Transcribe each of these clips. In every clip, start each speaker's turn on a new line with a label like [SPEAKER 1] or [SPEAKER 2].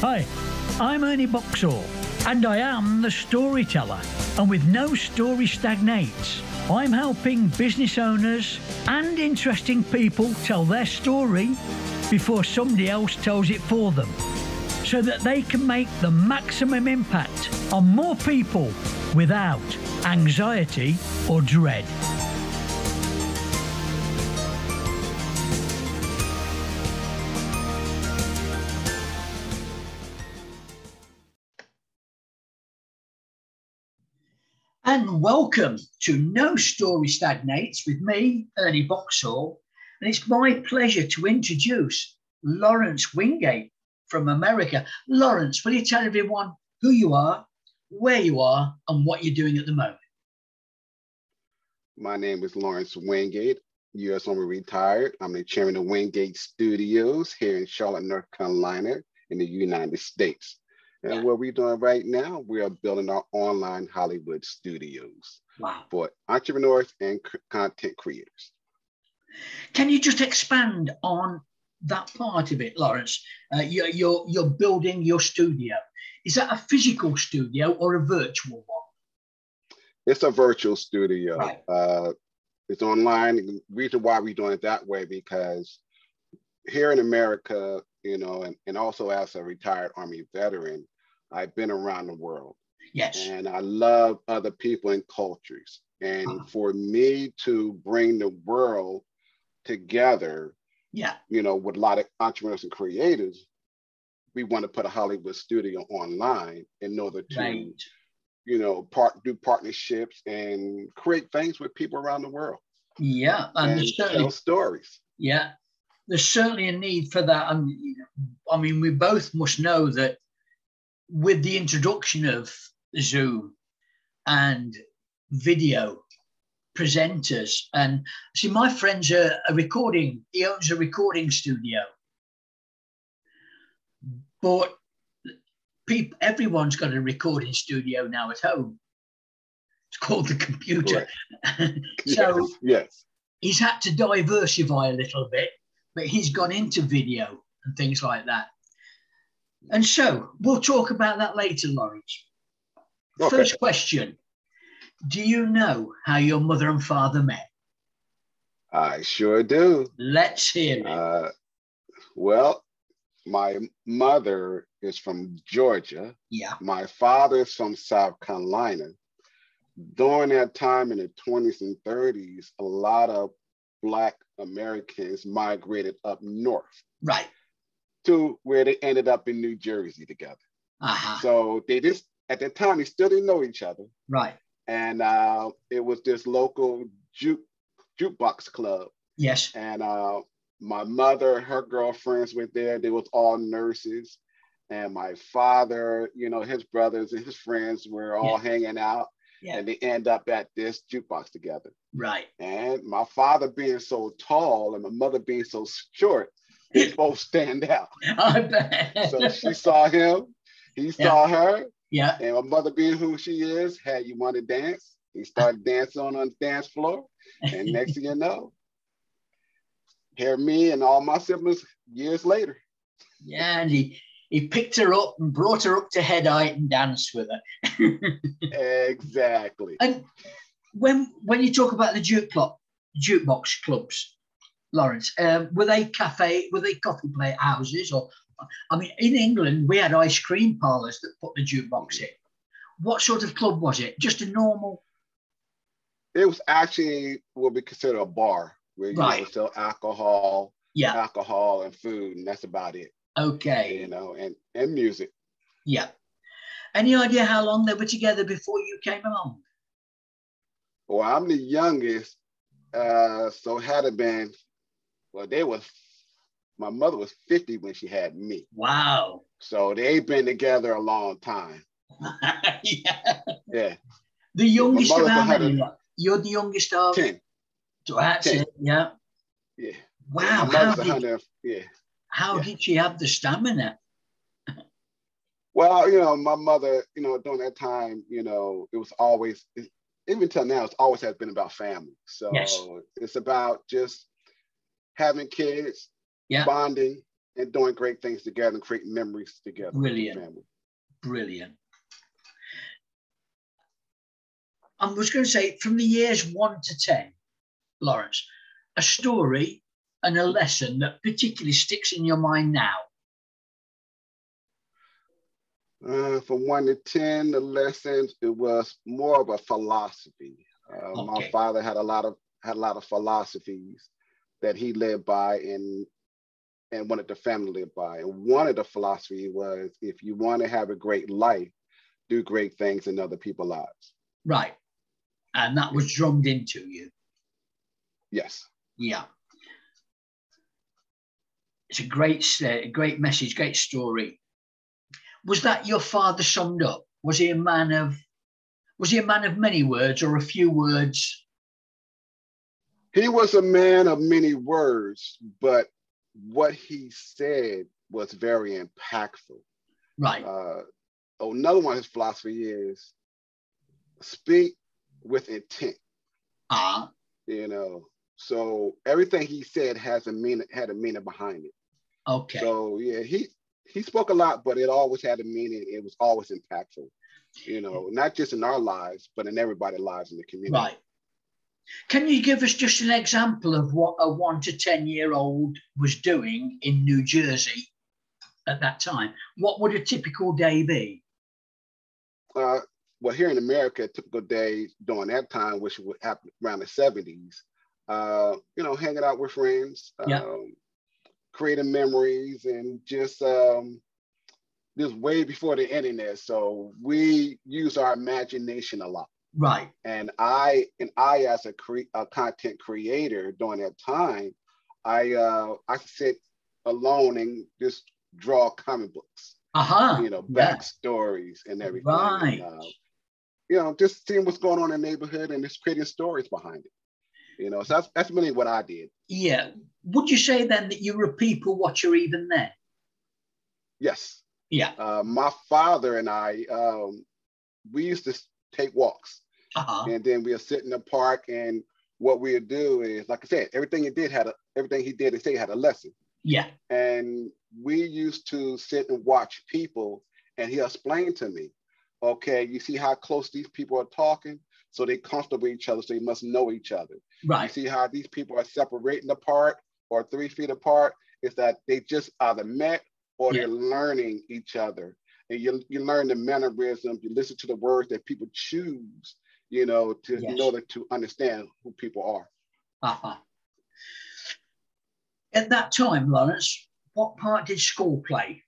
[SPEAKER 1] Hi, I'm Ernie Boxall, and I am the storyteller. And with No Story Stagnates, I'm helping business owners and interesting people tell their story before somebody else tells it for them so that they can make the maximum impact on more people without anxiety or dread. And welcome to No Story Stagnates with me, Ernie Boxall. And it's my pleasure to introduce Lawrence Wingate from America. Lawrence, will you tell everyone who you are, where you are, and what you're doing at the moment?
[SPEAKER 2] My name is Lawrence Wingate, U.S. Army retired. I'm the chairman of Wingate Studios here in Charlotte, North Carolina, in the United States. And what we're doing right now, we are building our online Hollywood studios
[SPEAKER 1] Wow.
[SPEAKER 2] for entrepreneurs and c- content creators.
[SPEAKER 1] Can you just expand on that part of it, Lawrence? Uh, you're, you're, you're building your studio. Is that a physical studio or a virtual one?
[SPEAKER 2] It's a virtual studio.
[SPEAKER 1] Right.
[SPEAKER 2] Uh, it's online. The reason why we're doing it that way because here in America, you know, and, and also as a retired Army veteran, I've been around the world.
[SPEAKER 1] Yes.
[SPEAKER 2] and I love other people and cultures. And
[SPEAKER 1] Uh-huh.
[SPEAKER 2] for me to bring the world together,
[SPEAKER 1] Yeah.
[SPEAKER 2] you know, with a lot of entrepreneurs and creators, we want to put a Hollywood studio online in order to,
[SPEAKER 1] Right.
[SPEAKER 2] you know, part do partnerships and create things with people around the world
[SPEAKER 1] Yeah. And
[SPEAKER 2] and
[SPEAKER 1] there's certainly
[SPEAKER 2] tell stories.
[SPEAKER 1] Yeah, there's certainly a need for that. And I mean, we both must know that with the introduction of Zoom and video presenters, and see, my friend's a, a recording, he owns a recording studio. But peop, everyone's got a recording studio now at home. It's called the computer. so,
[SPEAKER 2] yes, yes,
[SPEAKER 1] he's had to diversify a little bit, but he's gone into video and things like that. And so we'll talk about that later, Lawrence.
[SPEAKER 2] Okay.
[SPEAKER 1] First question Do you know how your mother and father met?
[SPEAKER 2] I sure do.
[SPEAKER 1] Let's hear it.
[SPEAKER 2] Uh, well, my mother is from Georgia.
[SPEAKER 1] yeah.
[SPEAKER 2] my father is from South Carolina. During that time in the 20s and 30s, a lot of Black Americans migrated up north
[SPEAKER 1] Right.
[SPEAKER 2] to where they ended up in New Jersey together.
[SPEAKER 1] Uh-huh.
[SPEAKER 2] So they just, at that time, they still didn't know each other.
[SPEAKER 1] Right.
[SPEAKER 2] And uh, it was this local juke, jukebox club.
[SPEAKER 1] Yes.
[SPEAKER 2] And uh, my mother, her girlfriends were there. They was all nurses. And my father, you know, his brothers and his friends were all hanging out.
[SPEAKER 1] Yeah.
[SPEAKER 2] And they end up at this jukebox together.
[SPEAKER 1] Right.
[SPEAKER 2] And my father being so tall and my mother being so short, they both stand out.
[SPEAKER 1] I bet.
[SPEAKER 2] So she saw him, he saw her,
[SPEAKER 1] yeah.
[SPEAKER 2] and my mother being who she is, had you want to dance? He started dancing on the dance floor. And next thing you know, here me and all my siblings years later.
[SPEAKER 1] yeah. And he, he picked her up and brought her up to head height and danced with her.
[SPEAKER 2] Exactly.
[SPEAKER 1] And when when you talk about the juke club, jukebox clubs, Lawrence, um, were they cafe? Were they coffee plate houses? Or I mean, in England, we had ice cream parlors that put the jukebox in. What sort of club was it? Just a normal.
[SPEAKER 2] It was actually what we consider a bar where you
[SPEAKER 1] Right.
[SPEAKER 2] would sell alcohol,
[SPEAKER 1] Yeah.
[SPEAKER 2] alcohol and food, and that's about it. You
[SPEAKER 1] Okay.
[SPEAKER 2] know, and and music.
[SPEAKER 1] Yeah. Any idea how long they were together before you came along?
[SPEAKER 2] Well, I'm the youngest, uh, so had it been, well, they was. My mother was 50 when she had me,
[SPEAKER 1] Wow.
[SPEAKER 2] so they've been together a long time.
[SPEAKER 1] yeah.
[SPEAKER 2] Yeah,
[SPEAKER 1] The youngest of
[SPEAKER 2] mother
[SPEAKER 1] how
[SPEAKER 2] had a-
[SPEAKER 1] many? You're the youngest of.
[SPEAKER 2] 10.
[SPEAKER 1] That's
[SPEAKER 2] ten.
[SPEAKER 1] it. Yeah.
[SPEAKER 2] Yeah.
[SPEAKER 1] Wow.
[SPEAKER 2] my
[SPEAKER 1] How
[SPEAKER 2] mother's
[SPEAKER 1] did,
[SPEAKER 2] 100. Yeah.
[SPEAKER 1] how
[SPEAKER 2] yeah.
[SPEAKER 1] did she have the stamina?
[SPEAKER 2] Well, you know, my mother, you know, during that time, you know, it was always, even till now, it's always has been about family. So
[SPEAKER 1] Yes.
[SPEAKER 2] it's about just having kids,
[SPEAKER 1] Yeah.
[SPEAKER 2] bonding, and doing great things together and creating memories together.
[SPEAKER 3] Brilliant. Brilliant. I was going to say from the years one to 10, Lawrence, a story and a lesson that particularly sticks in your mind now.
[SPEAKER 2] Uh, from one to 10, the lessons, it was more of a philosophy. Uh, My
[SPEAKER 3] Okay.
[SPEAKER 2] father had a lot of had a lot of philosophies that he lived by and and wanted the family to live by. And one of the philosophy was if you want to have a great life, do great things in other people's lives.
[SPEAKER 3] Right. And that was drummed into you.
[SPEAKER 2] Yes.
[SPEAKER 3] Yeah. It's a great, s- uh, great message, great story. Was that your father summed up? Was he a man of, was he a man of many words or a few words?
[SPEAKER 2] He was a man of many words, but what he said was very impactful.
[SPEAKER 3] Right.
[SPEAKER 2] Uh, oh, another one of his philosophy is speak with intent.
[SPEAKER 3] Ah,
[SPEAKER 2] You know, so everything he said has a meaning, had a meaning behind it.
[SPEAKER 3] okay.
[SPEAKER 2] So yeah, he he spoke a lot, but it always had a meaning. It was always impactful. You know, not just in our lives, but in everybody's lives in the community.
[SPEAKER 3] Right. Can you give us just an example of what a one to 10 year old was doing in New Jersey at that time? What would a typical day be?
[SPEAKER 2] uh, well, here in America, a typical day during that time, which would happen around the 70s, uh, you know, hanging out with friends,
[SPEAKER 3] Yeah.
[SPEAKER 2] um, creating memories, and just um, this way before the internet. So we use our imagination a lot.
[SPEAKER 3] Right.
[SPEAKER 2] And I, and I as a, cre- a content creator during that time, I, uh, I could sit alone and just draw comic books
[SPEAKER 3] Aha.
[SPEAKER 2] you know,
[SPEAKER 3] yeah.
[SPEAKER 2] backstories and everything.
[SPEAKER 3] Right.
[SPEAKER 2] And, uh, you know, just seeing what's going on in the neighborhood and just creating stories behind it. You know, so that's, that's really what I did.
[SPEAKER 3] Yeah. Would you say then that you were a people watcher even then?
[SPEAKER 2] Yes.
[SPEAKER 3] Yeah.
[SPEAKER 2] Uh, my father and I, um, we used to s- take walks
[SPEAKER 3] Aha.
[SPEAKER 2] and then we'll sit in the park and what we'll do is, like I said, everything he did had a, everything he did and say had a lesson.
[SPEAKER 3] Yeah.
[SPEAKER 2] and we used to sit and watch people and he explained to me okay you see how close these people are talking so they're comfortable with each other so they must know each other you
[SPEAKER 3] Right.
[SPEAKER 2] see how these people are separating apart or three feet apart is that they just either met or
[SPEAKER 3] Yeah.
[SPEAKER 2] they're learning each other and you, you learn the mannerisms you listen to the words that people choose you know to
[SPEAKER 3] Yes.
[SPEAKER 2] in order to understand who people are
[SPEAKER 3] Aha. Uh-huh. At that time, Lawrence, what part did school play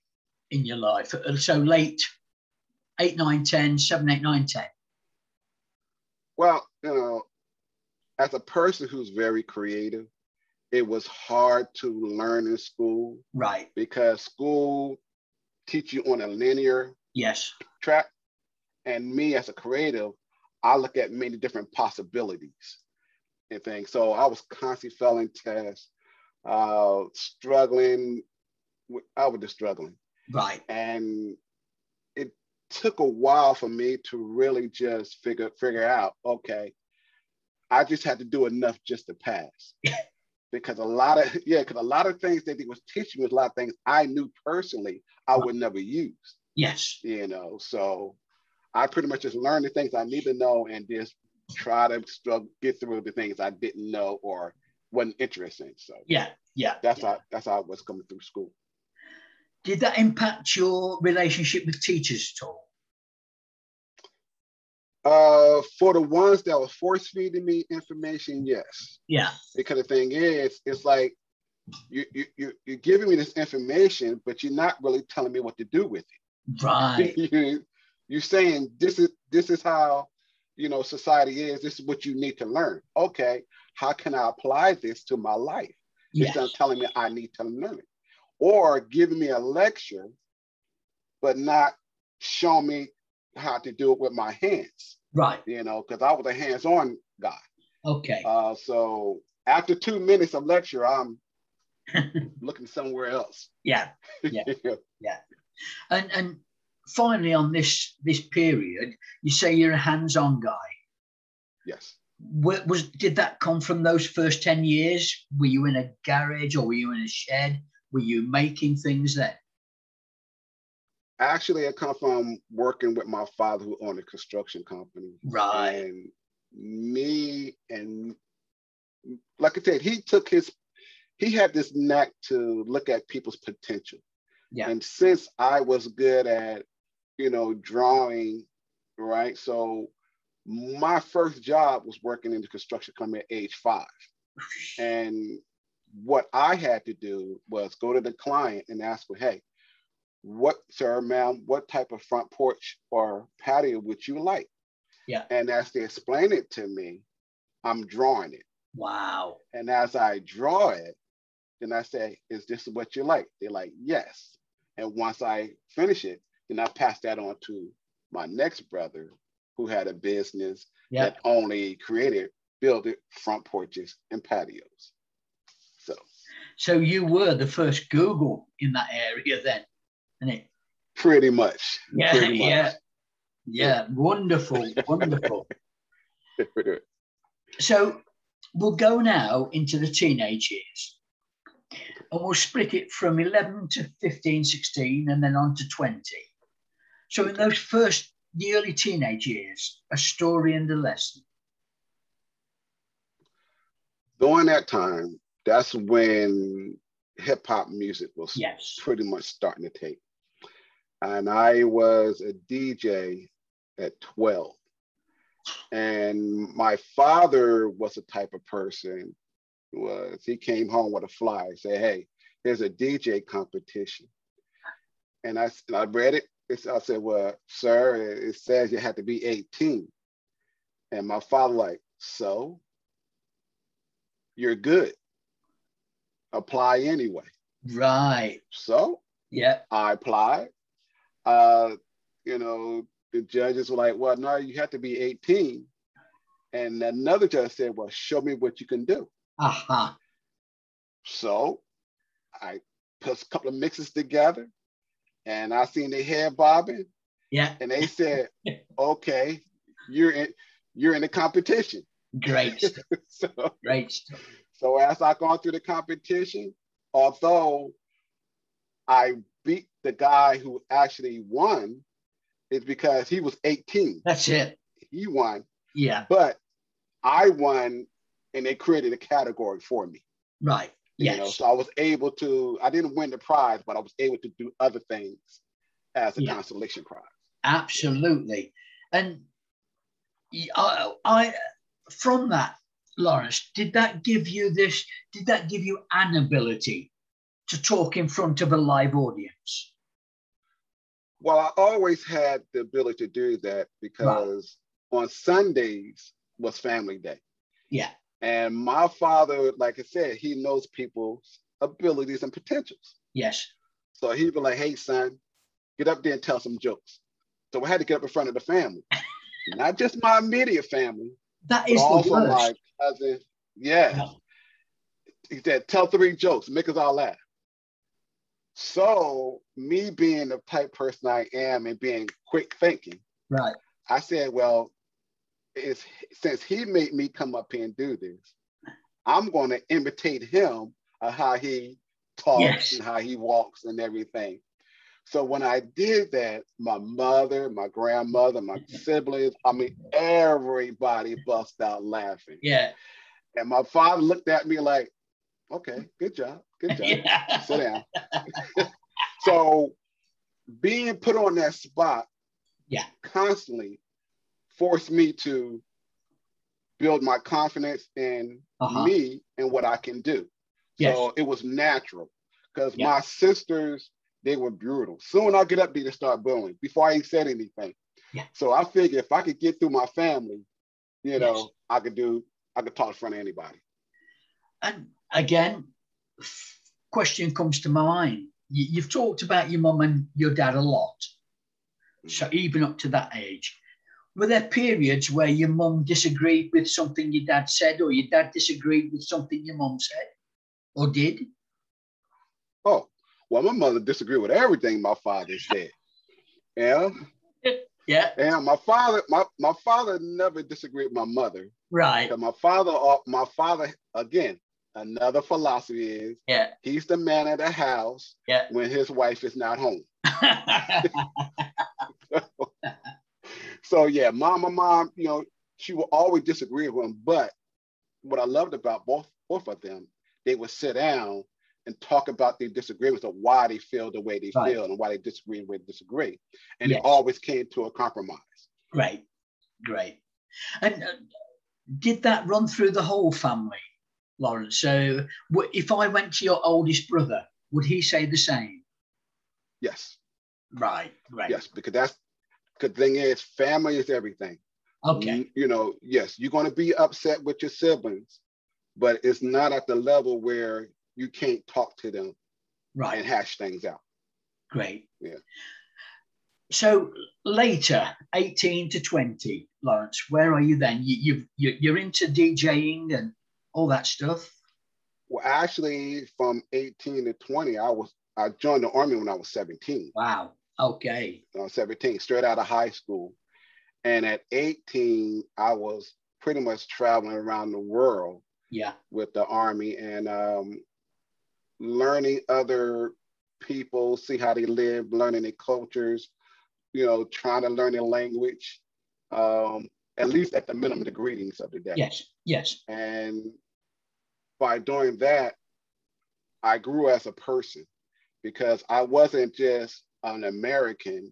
[SPEAKER 3] in your life? Uh, So late 8, 9, 10, 7, 8, 9, 10.
[SPEAKER 2] Well, you know, as a person who's very creative, it was hard to learn in school
[SPEAKER 3] Right.
[SPEAKER 2] because school teach you on a linear
[SPEAKER 3] Yes.
[SPEAKER 2] track. And me as a creative, I look at many different possibilities and things. So I was constantly failing tests, uh, struggling. with- I was just struggling.
[SPEAKER 3] Right.
[SPEAKER 2] And it took a while for me to really just figure figure out, okay, I just had to do enough just to pass. because a lot of yeah, because a lot of things that they was teaching me was a lot of things I knew personally I would never use,
[SPEAKER 3] Yes.
[SPEAKER 2] you know. So I pretty much just learned the things I need to know and just try to struggle get through the things I didn't know or wasn't interested in. So
[SPEAKER 3] Yeah. Yeah.
[SPEAKER 2] that's
[SPEAKER 3] yeah.
[SPEAKER 2] how that's how I was coming through school.
[SPEAKER 3] Did that impact your relationship with teachers at all?
[SPEAKER 2] Uh, for the ones that were force feeding me information, yes.
[SPEAKER 3] Yeah.
[SPEAKER 2] Because the thing is, it's like you you you you're giving me this information, but you're not really telling me what to do with
[SPEAKER 3] Right.
[SPEAKER 2] it. you, you're saying this is this is how you know society is. This is what you need to learn. Okay, how can I apply this to my life?
[SPEAKER 3] Yes.
[SPEAKER 2] It's not telling me I need to learn it, or giving me a lecture, but not showing me how to do it with my hands
[SPEAKER 3] Right.
[SPEAKER 2] you know, because I was a hands-on guy.
[SPEAKER 3] Okay.
[SPEAKER 2] Uh, so after two minutes of lecture, I'm looking somewhere else.
[SPEAKER 3] yeah. And and finally on this this period, you say you're a hands-on guy.
[SPEAKER 2] yes.
[SPEAKER 3] Wa- Was did that come from those first ten years? Were you in a garage or were you in a shed? Were you making things then?
[SPEAKER 2] Actually, I come from working with my father who owned a construction company.
[SPEAKER 3] Right.
[SPEAKER 2] And me and like I said, he took his he had this knack to look at people's potential.
[SPEAKER 3] Yeah.
[SPEAKER 2] And since I was good at, you know, drawing, right? So my first job was working in the construction company at age five. And what I had to do was go to the client and ask her, hey, what, sir, ma'am, what type of front porch or patio would you like?
[SPEAKER 3] Yeah.
[SPEAKER 2] And as they explain it to me, I'm drawing it.
[SPEAKER 3] Wow.
[SPEAKER 2] And as I draw it, then I say, is this what you like? They're like, yes. And once I finish it, then I pass that on to my next brother who had a business
[SPEAKER 3] Yeah.
[SPEAKER 2] that only created, built it, front porches and patios. So
[SPEAKER 3] So you were the first Google in that area then, isn't it?
[SPEAKER 2] pretty much.
[SPEAKER 3] Yeah,
[SPEAKER 2] pretty much.
[SPEAKER 3] yeah, yeah. Wonderful, wonderful. So we'll go now into the teenage years. And we'll split it from 11 to 15, 16, and then on to 20. So in those first, the early teenage years, a story and a lesson.
[SPEAKER 2] During that time, that's when hip hop music was
[SPEAKER 3] Yes.
[SPEAKER 2] pretty much starting to take. And I was a DJ at 12. And my father was the type of person was he came home with a flyer, say, hey, there's a DJ competition. And I, s- and I read it. It's, I said, well, sir, it it says you have to be 18. And my father like, so you're good. Apply anyway.
[SPEAKER 3] Right.
[SPEAKER 2] So
[SPEAKER 3] Yeah.
[SPEAKER 2] I applied. Uh, you know, the judges were like, well, no, you have to be 18. And another judge said, well, show me what you can do.
[SPEAKER 3] Aha.
[SPEAKER 2] So I put a couple of mixes together and I seen the head bobbing
[SPEAKER 3] Yeah.
[SPEAKER 2] and they said, okay, you're in, you're in the competition.
[SPEAKER 3] Great. stuff,
[SPEAKER 2] so
[SPEAKER 3] Great. stuff.
[SPEAKER 2] So as I gone through the competition, although I beat the guy who actually won, it's because he was 18.
[SPEAKER 3] That's it.
[SPEAKER 2] He won,
[SPEAKER 3] Yeah.
[SPEAKER 2] but I won, and they created a category for me.
[SPEAKER 3] Right.
[SPEAKER 2] You
[SPEAKER 3] Yes.
[SPEAKER 2] know, so I was able to. I didn't win the prize, but I was able to do other things as a
[SPEAKER 3] Yeah.
[SPEAKER 2] consolation prize.
[SPEAKER 3] Absolutely. And y- I, I- from that, Lawrence, did that give you this? Did that give you an ability to talk in front of a live audience?
[SPEAKER 2] Well, I always had the ability to do that because on Sundays was family day.
[SPEAKER 3] Yeah.
[SPEAKER 2] And my father, like I said, he knows people's abilities and potentials.
[SPEAKER 3] Yes.
[SPEAKER 2] So he'd be like, hey, son, get up there and tell some jokes. So I had to get up in front of the family, not just my immediate family,
[SPEAKER 3] That
[SPEAKER 2] but
[SPEAKER 3] is the
[SPEAKER 2] also
[SPEAKER 3] worst.
[SPEAKER 2] my cousin. Yeah.
[SPEAKER 3] Yeah.
[SPEAKER 2] He said, tell three jokes, make us all laugh. So, me being the type person I am and being quick thinking,
[SPEAKER 3] Right.
[SPEAKER 2] I said, well, it's, since he made me come up here and do this, I'm going to imitate him of how he talks
[SPEAKER 3] Yes.
[SPEAKER 2] and how he walks and everything. So when I did that, my mother, my grandmother, my siblings, I mean, everybody bust out laughing.
[SPEAKER 3] Yeah.
[SPEAKER 2] And my father looked at me like, okay, good job, good job
[SPEAKER 3] yeah.
[SPEAKER 2] sit down. so being put on that spot
[SPEAKER 3] Yeah.
[SPEAKER 2] constantly forced me to build my confidence in
[SPEAKER 3] Uh-huh.
[SPEAKER 2] me and what I can do.
[SPEAKER 3] Yes.
[SPEAKER 2] So it was natural because
[SPEAKER 3] Yeah.
[SPEAKER 2] my sisters, they were brutal. Soon I'll get up there to start bullying before I even said anything.
[SPEAKER 3] Yeah.
[SPEAKER 2] So I figured if I could get through my family, you know,
[SPEAKER 3] Yes.
[SPEAKER 2] I could do, I could talk in front of anybody.
[SPEAKER 3] And again, f- question comes to my mind. You, you've talked about your mum and your dad a lot. So even up to that age, were there periods where your mum disagreed with something your dad said, or your dad disagreed with something your mum said, or did?
[SPEAKER 2] Oh, well, my mother disagreed with everything my father said. Yeah,
[SPEAKER 3] Yeah,
[SPEAKER 2] and my father, my, my father never disagreed with my mother.
[SPEAKER 3] right.
[SPEAKER 2] Because my father, uh, my father again, Another philosophy is
[SPEAKER 3] Yeah.
[SPEAKER 2] he's the man of the house
[SPEAKER 3] Yeah.
[SPEAKER 2] when his wife is not home. So yeah, mom, my mom, you know, she will always disagree with him. But what I loved about both both of them, they would sit down and talk about their disagreements of why they feel the way they
[SPEAKER 3] Right.
[SPEAKER 2] feel and why they disagree and where they disagree. And
[SPEAKER 3] Yes.
[SPEAKER 2] they always came to a compromise.
[SPEAKER 3] great, great. And uh, did that run through the whole family, Lawrence? So w- if I went to your oldest brother, would he say the same?
[SPEAKER 2] Yes.
[SPEAKER 3] Right, right.
[SPEAKER 2] Yes. Because that's because thing is family is everything.
[SPEAKER 3] Okay,
[SPEAKER 2] You, you know, yes, you're gonna be upset with your siblings, but it's not at the level where you can't talk to them and
[SPEAKER 3] right,
[SPEAKER 2] hash things out.
[SPEAKER 3] great.
[SPEAKER 2] Mm-hmm. Yeah.
[SPEAKER 3] So later, 18 to 20, Lawrence, where are you then? You, you've, you- you're into DJing and all that stuff.
[SPEAKER 2] Well, actually, from 18 to 20, I was I joined the army when I was 17.
[SPEAKER 3] Wow. Okay.
[SPEAKER 2] I was 17, straight out of high school. And at 18, I was pretty much traveling around the world
[SPEAKER 3] Yeah.
[SPEAKER 2] with the army and um, learning other people, see how they live, learning their cultures, you know, trying to learn their language, um, at least at the minimum, the greetings of the day.
[SPEAKER 3] Yes. Yes.
[SPEAKER 2] And by doing that, I grew as a person because I wasn't just an American.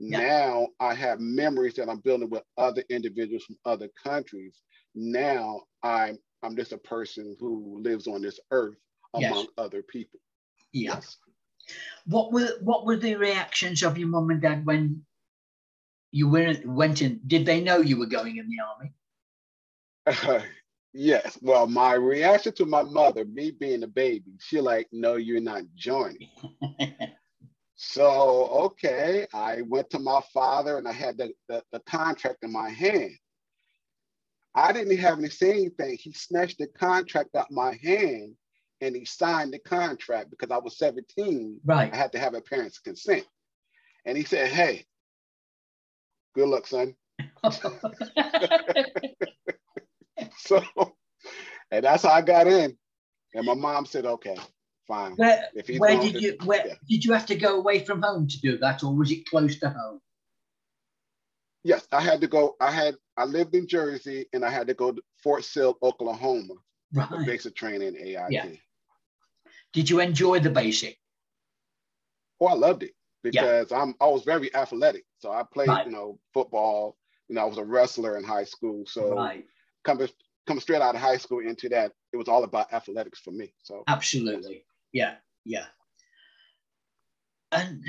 [SPEAKER 3] Yeah.
[SPEAKER 2] Now I have memories that I'm building with other individuals from other countries. Now I'm I'm just a person who lives on this earth
[SPEAKER 3] Yes.
[SPEAKER 2] among other people.
[SPEAKER 3] Yeah. What were what were the reactions of your mum and dad when you went went in? Did they know you were going in the army?
[SPEAKER 2] Yes. yes. Well, my reaction to my mother, me being a baby, she like, no, you're not joining. So, okay, I went to my father and I had the, the, the contract in my hand. I didn't have any say anything. He snatched the contract out my hand and he signed the contract because I was 17. I
[SPEAKER 3] right.
[SPEAKER 2] had to have a parent's consent. And he said, Hey, good luck, son. So, and that's how I got in. And my mom said, Okay, fine.
[SPEAKER 3] where
[SPEAKER 2] If he's
[SPEAKER 3] where
[SPEAKER 2] going
[SPEAKER 3] did
[SPEAKER 2] to-
[SPEAKER 3] you where
[SPEAKER 2] yeah.
[SPEAKER 3] did you have to go away from home to do that, or was it close to home?
[SPEAKER 2] Yes, I had to go. I had I lived in Jersey and I had to go to Fort Sill, Oklahoma for
[SPEAKER 3] Right.
[SPEAKER 2] basic training AIT.
[SPEAKER 3] Yeah. Did you enjoy the basic?
[SPEAKER 2] Oh, I loved it
[SPEAKER 3] Yeah.
[SPEAKER 2] because I'm I was very athletic. So I played,
[SPEAKER 3] Right.
[SPEAKER 2] you know, football. You know, I was a wrestler in high school. So
[SPEAKER 3] right.
[SPEAKER 2] coming coming straight out of high school into that, it was all about athletics for me. So
[SPEAKER 3] Absolutely. Yeah. Yeah. And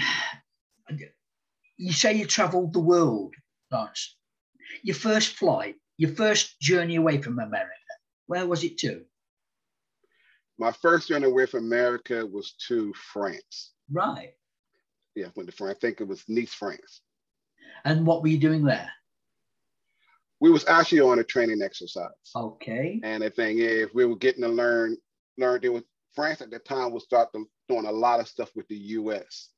[SPEAKER 3] you say you traveled the world, Lance. Your first flight, your first journey away from America, where was it to?
[SPEAKER 2] my first journey away from America was to France.
[SPEAKER 3] Right.
[SPEAKER 2] Yeah, went to France. I think it was Nice, France.
[SPEAKER 3] And what were you doing there?
[SPEAKER 2] We was actually on a training exercise.
[SPEAKER 3] Okay.
[SPEAKER 2] And the thing is, we were getting to learn, learn there was France at the time was start to, doing a lot of stuff with the US.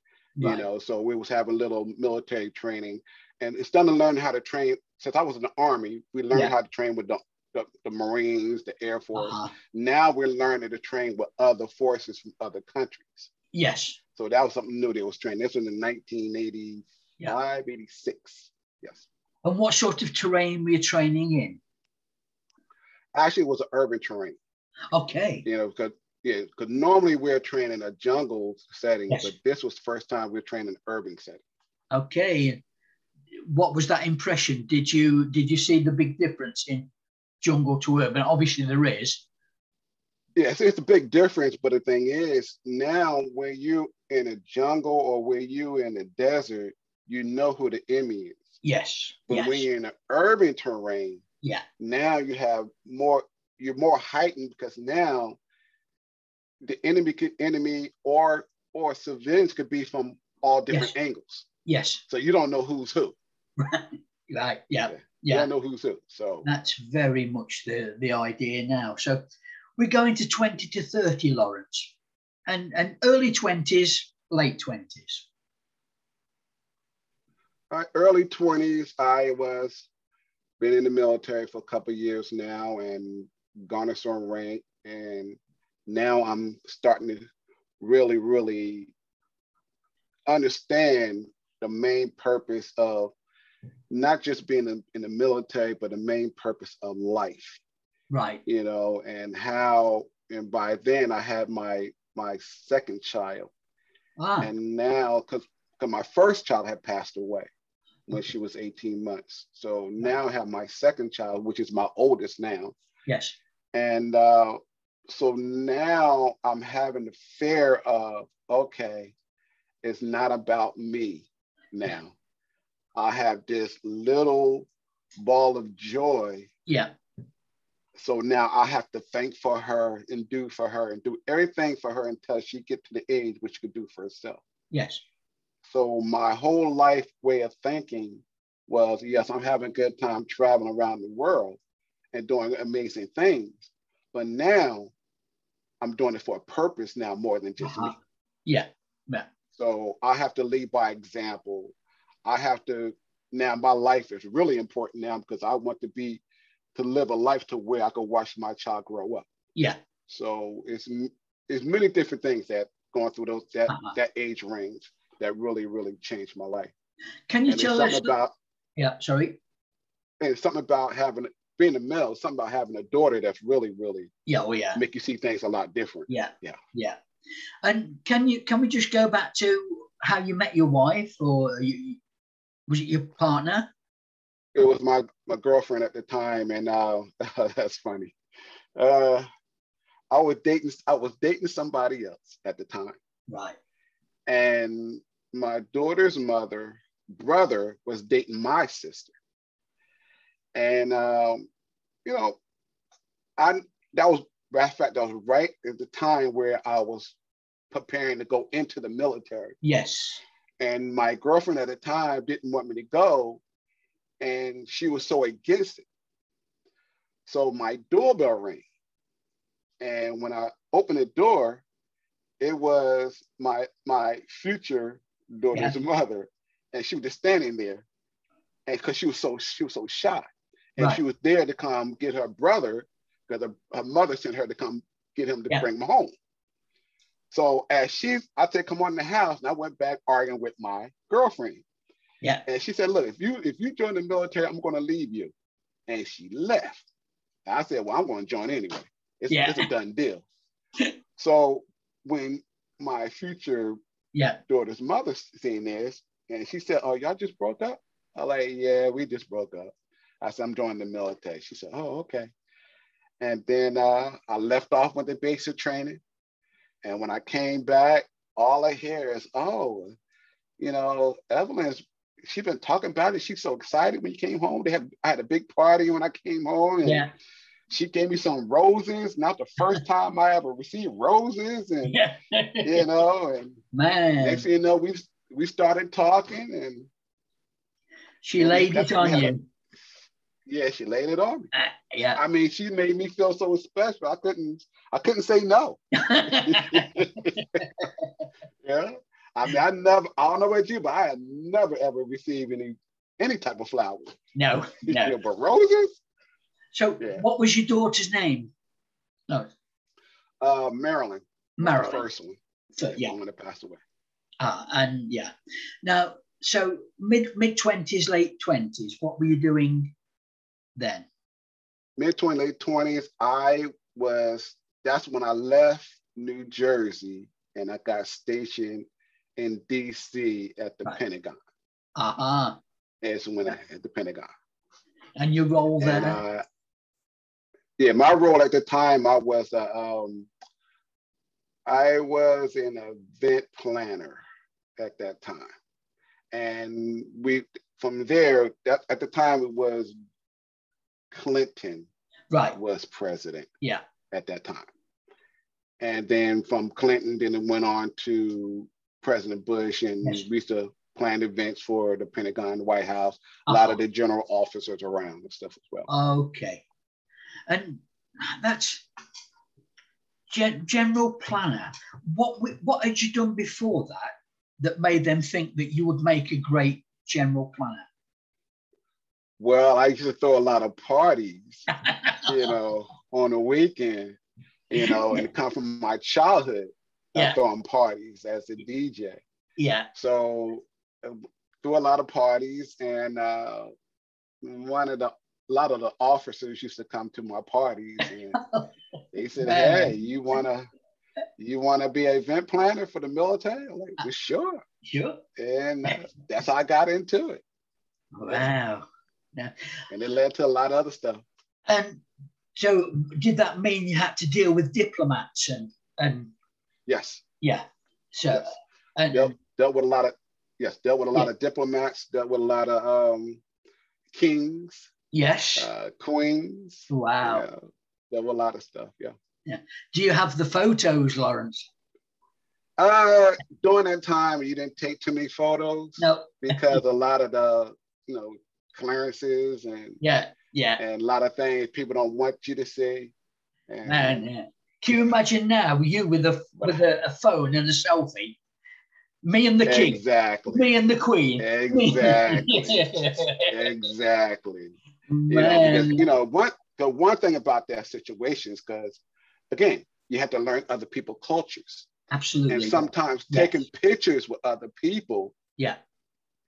[SPEAKER 3] Right.
[SPEAKER 2] You know, so we was having little military training. And it's done to learn how to train. Since I was in the army, we learned
[SPEAKER 3] Yeah.
[SPEAKER 2] how to train with the, the, the Marines, the Air Force.
[SPEAKER 3] Uh-huh.
[SPEAKER 2] Now we're learning to train with other forces from other countries.
[SPEAKER 3] Yes.
[SPEAKER 2] So that was something new they was training. This was in 1985, 86. Yes.
[SPEAKER 3] And what sort of terrain were you training in?
[SPEAKER 2] Actually, it was an urban terrain.
[SPEAKER 3] Okay.
[SPEAKER 2] you know, because yeah, because normally we're training a jungle setting,
[SPEAKER 3] Yes.
[SPEAKER 2] but this was the first time we're training urban setting.
[SPEAKER 3] Okay. What was that impression? Did you did you see the big difference in jungle to urban? Obviously there is.
[SPEAKER 2] Yes, it's a big difference, but the thing is, now when you in a jungle or when you in the desert, you know who the enemy is.
[SPEAKER 3] Yes.
[SPEAKER 2] But
[SPEAKER 3] yes.
[SPEAKER 2] when you're in an urban terrain,
[SPEAKER 3] Yeah.
[SPEAKER 2] now you have more, you're more heightened because now the enemy could, enemy or or civilians could be from all different angles.
[SPEAKER 3] Yes.
[SPEAKER 2] So you don't know who's who.
[SPEAKER 3] Right. Yeah.
[SPEAKER 2] Yeah. You
[SPEAKER 3] Yeah.
[SPEAKER 2] don't know who's who. So
[SPEAKER 3] That's very much the, the idea now. So we're going to 20 to 30, Lawrence, and, and early 20s, late 20s.
[SPEAKER 2] my early 20s i was been in the military for a couple years now and garnered some rank and now I'm starting to really, really understand the main purpose of not just being in, in the military, but the main purpose of life,
[SPEAKER 3] right,
[SPEAKER 2] you know, and how, and by then I had my, my second child.
[SPEAKER 3] ah,
[SPEAKER 2] And now, because my first child had passed away when she was 18 months. So now I have my second child, which is my oldest now.
[SPEAKER 3] yes,
[SPEAKER 2] And uh, so now I'm having the fear of, okay, it's not about me now. I have this little ball of joy.
[SPEAKER 3] yeah,
[SPEAKER 2] So now I have to thank for her and do for her and do everything for her until she get to the age which she could do for herself.
[SPEAKER 3] yes,
[SPEAKER 2] So my whole life way of thinking was, yes, I'm having a good time traveling around the world and doing amazing things. But now I'm doing it for a purpose now more than just
[SPEAKER 3] Uh-huh.
[SPEAKER 2] me.
[SPEAKER 3] yeah,
[SPEAKER 2] So I have to lead by example. I have to now my life is really important now because I want to be to live a life to where I can watch my child grow up.
[SPEAKER 3] yeah,
[SPEAKER 2] So it's m- it's many different things that going through those that
[SPEAKER 3] Uh-huh.
[SPEAKER 2] that age range that really really changed my life.
[SPEAKER 3] can you
[SPEAKER 2] And it's
[SPEAKER 3] tell us,
[SPEAKER 2] something about
[SPEAKER 3] yeah, sorry,
[SPEAKER 2] and it's something about having being a male, it's something about having a daughter that's really, really
[SPEAKER 3] yeah, oh, yeah.
[SPEAKER 2] make you see things a lot different.
[SPEAKER 3] Yeah.
[SPEAKER 2] Yeah.
[SPEAKER 3] Yeah. And can you can we just go back to how you met your wife or you, was it your partner?
[SPEAKER 2] It was my my girlfriend at the time, and uh, that's funny. Uh, I was dating I was dating somebody else at the time,
[SPEAKER 3] Right.
[SPEAKER 2] and my daughter's mother brother was dating my sister, and um, you know, I that was matter of fact that was right at the time where I was preparing to go into the military.
[SPEAKER 3] Yes.
[SPEAKER 2] and my girlfriend at the time didn't want me to go and she was so against it so my doorbell rang and when i opened the door it was my my future daughter's mother and she was just standing there and because she was so she was so shy and
[SPEAKER 3] Right.
[SPEAKER 2] she was there to come get her brother because her, her mother sent her to come get him to
[SPEAKER 3] Yeah.
[SPEAKER 2] bring him home so as she's, I said, come on in the house. And I went back arguing with my girlfriend.
[SPEAKER 3] Yeah.
[SPEAKER 2] And she said, look, if you if you join the military, I'm gonna leave you. And she left. And I said, well, I'm gonna join anyway. It's,
[SPEAKER 3] Yeah.
[SPEAKER 2] it's a done deal. so when my future
[SPEAKER 3] Yeah.
[SPEAKER 2] daughter's mother seen this, and she said, Oh, y'all just broke up? I'm like, Yeah, we just broke up. I said, I'm joining the military. She said, Oh, okay. And then uh, I left off with the basic training. And when I came back, all I hear is, Oh, you know, Evelyn's she's been talking about it. She's so excited when you came home. They had I had a big party when I came home. And
[SPEAKER 3] Yeah.
[SPEAKER 2] she gave me some roses. Not the first time I ever received roses. And
[SPEAKER 3] Yeah.
[SPEAKER 2] you know, and
[SPEAKER 3] Man,
[SPEAKER 2] next thing you know, we we started talking, and
[SPEAKER 3] she laid it
[SPEAKER 2] That's-
[SPEAKER 3] on
[SPEAKER 2] yeah.
[SPEAKER 3] you.
[SPEAKER 2] yeah, she laid it on me.
[SPEAKER 3] Ah, Yeah.
[SPEAKER 2] I mean, she made me feel so special. I couldn't, I couldn't say no. yeah, I mean, I never, I don't know about you, but I have never ever received any any type of flowers.
[SPEAKER 3] no, no.
[SPEAKER 2] but roses,
[SPEAKER 3] So
[SPEAKER 2] Yeah.
[SPEAKER 3] what was your daughter's name? No,
[SPEAKER 2] uh, Marilyn, the
[SPEAKER 3] Marilyn.
[SPEAKER 2] first one,
[SPEAKER 3] So, yeah.
[SPEAKER 2] the one that passed away.
[SPEAKER 3] Ah, and yeah. Now, so mid mid twenties, late twenties, what were you doing then?
[SPEAKER 2] Mid twenties, late twenties, I was. That's when I left New Jersey and I got stationed in D.C. at the
[SPEAKER 3] Right.
[SPEAKER 2] Pentagon.
[SPEAKER 3] Aha. Uh-huh.
[SPEAKER 2] Is when I at the Pentagon.
[SPEAKER 3] And your role there?
[SPEAKER 2] And, uh, yeah, my role at the time, I was a, um, I was an event planner at that time, and we from there that, at the time it was Clinton
[SPEAKER 3] right.
[SPEAKER 2] was president
[SPEAKER 3] Yeah.
[SPEAKER 2] at that time, and then from Clinton, then it went on to President Bush, and
[SPEAKER 3] Yes.
[SPEAKER 2] we used to plan events for the Pentagon, the White House, a
[SPEAKER 3] Uh-huh.
[SPEAKER 2] lot of the general officers around and stuff as well.
[SPEAKER 3] Okay. And that's gen- general planner. What w- what had you done before that that made them think that you would make a great general planner?
[SPEAKER 2] Well, I used to throw a lot of parties, you know, on the weekend. you know, and it come from my childhood
[SPEAKER 3] Yeah.
[SPEAKER 2] of throwing parties as a DJ.
[SPEAKER 3] yeah,
[SPEAKER 2] So uh, threw a lot of parties, and uh, one of the a lot of the officers used to come to my parties, and they said,
[SPEAKER 3] Oh, Man.
[SPEAKER 2] "Hey, you wanna you wanna be an event planner for the military?" I'm like, well, sure.
[SPEAKER 3] sure.
[SPEAKER 2] And uh, that's how I got into it,
[SPEAKER 3] Wow.
[SPEAKER 2] and it led to a lot of other stuff.
[SPEAKER 3] And so, did that mean you had to deal with diplomats and and
[SPEAKER 2] Yes,
[SPEAKER 3] yeah? So
[SPEAKER 2] Yes.
[SPEAKER 3] and
[SPEAKER 2] Yep. dealt with a lot of yes, dealt with a lot of diplomats, dealt with a lot of um, kings,
[SPEAKER 3] yes.
[SPEAKER 2] uh, queens.
[SPEAKER 3] wow.
[SPEAKER 2] Yeah, dealt with a lot of stuff. Yeah.
[SPEAKER 3] Do you have the photos, Lawrence?
[SPEAKER 2] Uh, during that time, you didn't take too many photos
[SPEAKER 3] No.
[SPEAKER 2] because a lot of the you know clearances and
[SPEAKER 3] Yeah. Yeah.
[SPEAKER 2] and a lot of things people don't want you to see. And
[SPEAKER 3] Man, yeah. uh, Can you imagine now you with a with a, a phone and a selfie? Me and the king,
[SPEAKER 2] exactly,
[SPEAKER 3] me and the queen.
[SPEAKER 2] exactly, exactly. You know, because,
[SPEAKER 3] Man.
[SPEAKER 2] you know one the one thing about that situation is because again, you have to learn other people's cultures,
[SPEAKER 3] Absolutely.
[SPEAKER 2] and sometimes
[SPEAKER 3] Yes.
[SPEAKER 2] taking pictures with other people
[SPEAKER 3] yeah.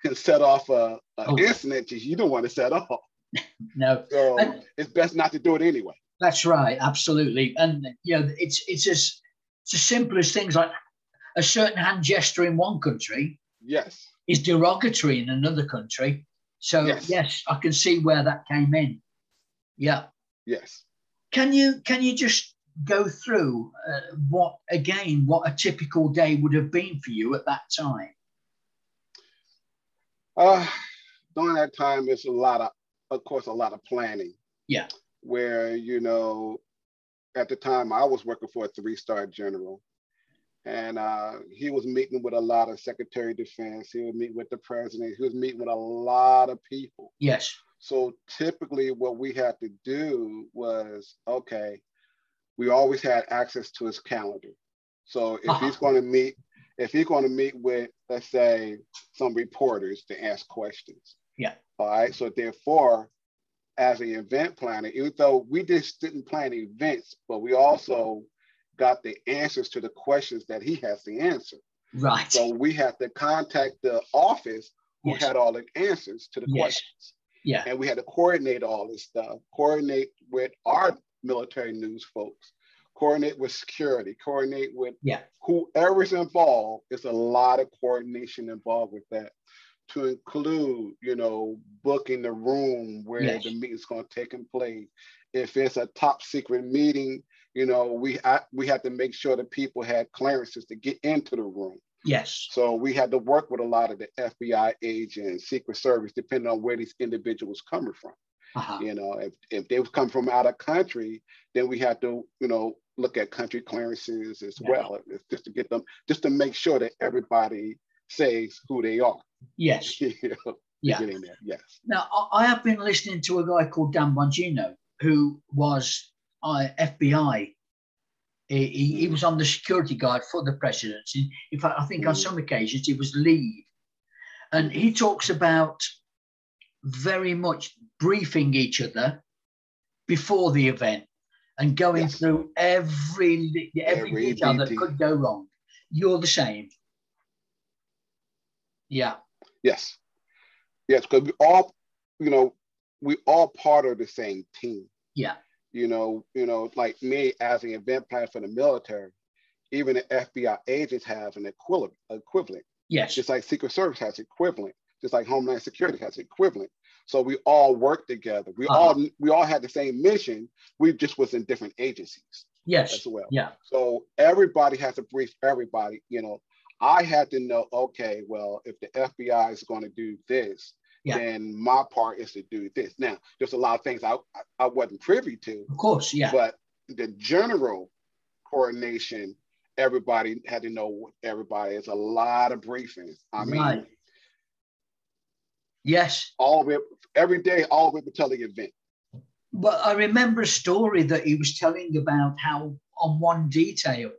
[SPEAKER 2] can set off a, a
[SPEAKER 3] Oh.
[SPEAKER 2] incident that you don't want to set off.
[SPEAKER 3] No,
[SPEAKER 2] So
[SPEAKER 3] And-
[SPEAKER 2] it's best not to do it anyway.
[SPEAKER 3] that's right. Absolutely. And you know, it's it's as it's as simple as things like a certain hand gesture in one country
[SPEAKER 2] Yes.
[SPEAKER 3] is derogatory in another country. So
[SPEAKER 2] Yes.
[SPEAKER 3] yes I can see where that came in. Yeah.
[SPEAKER 2] Yes.
[SPEAKER 3] can you can you just go through uh, what again what a typical day would have been for you at that time
[SPEAKER 2] Uh, during that time, it's a lot of, of course, a lot of planning.
[SPEAKER 3] Yeah.
[SPEAKER 2] Where, you know, at the time I was working for a three star general. And uh, he was meeting with a lot of Secretary of Defense. He would meet with the president. He was meeting with a lot of people.
[SPEAKER 3] yes
[SPEAKER 2] So typically, what we had to do was okay, we always had access to his calendar. So if he's
[SPEAKER 3] Ah.
[SPEAKER 2] going to meet, if he's going to meet with, let's say, some reporters to ask questions.
[SPEAKER 3] Yeah.
[SPEAKER 2] All right. So therefore, as an event planner, even though we just didn't plan events, but we also got the answers to the questions that he has to answer.
[SPEAKER 3] right
[SPEAKER 2] So we had to contact the office who
[SPEAKER 3] Yes.
[SPEAKER 2] had all the answers to the
[SPEAKER 3] Yes.
[SPEAKER 2] questions
[SPEAKER 3] yeah
[SPEAKER 2] and we had to coordinate all this stuff, coordinate with our military news folks, coordinate with security, coordinate with
[SPEAKER 3] Yeah.
[SPEAKER 2] whoever's involved. It's a lot of coordination involved with that, to include, you know, booking the room where
[SPEAKER 3] Yes.
[SPEAKER 2] the meeting's going to take in place. If it's a top secret meeting, you know, we I, we had to make sure that people had clearances to get into the room.
[SPEAKER 3] yes
[SPEAKER 2] So we had to work with a lot of the FBI agents, Secret Service, depending on where these individuals coming from.
[SPEAKER 3] uh-huh.
[SPEAKER 2] You know, if, if they come from out of country, then we had to, you know, look at country clearances as
[SPEAKER 3] Yeah.
[SPEAKER 2] well, it's just to get them, just to make sure that everybody says who they are.
[SPEAKER 3] yes
[SPEAKER 2] you know, to
[SPEAKER 3] Yeah.
[SPEAKER 2] get in there. Yes.
[SPEAKER 3] now I, I have been listening to a guy called dan bongino who was uh, fbi he, he, he was on the security guard for the presidency in fact i think on
[SPEAKER 2] Mhm.
[SPEAKER 3] some occasions he was lead and he talks about very much briefing each other before the event and going
[SPEAKER 2] Yes.
[SPEAKER 3] through every li- every,
[SPEAKER 2] Every
[SPEAKER 3] detail that
[SPEAKER 2] detail.
[SPEAKER 3] could go wrong. You're the same. Yeah.
[SPEAKER 2] Yes. Yes, because we all, you know, we all part of the same team.
[SPEAKER 3] Yeah.
[SPEAKER 2] You know, you know, like me as an event planner for the military, even the FBI agents have an equivalent equivalent.
[SPEAKER 3] Yes.
[SPEAKER 2] just like Secret Service has equivalent, just like Homeland Security has equivalent. So we all work together. We all we all had the same mission. We just was in different agencies
[SPEAKER 3] yes.
[SPEAKER 2] as well.
[SPEAKER 3] Yeah.
[SPEAKER 2] So everybody has to brief everybody. You know, I had to know. Okay, well, if the FBI is going to do this,
[SPEAKER 3] Yeah.
[SPEAKER 2] then my part is to do this. Now, there's a lot of things I I, I wasn't privy to,
[SPEAKER 3] Of course. Yeah.
[SPEAKER 2] but the general coordination. Everybody had to know what everybody is. A lot of briefings. I mean,
[SPEAKER 3] Right. Yes.
[SPEAKER 2] all the way every day, all the way up until the event.
[SPEAKER 3] Well, I remember a story that he was telling about how, on one detail,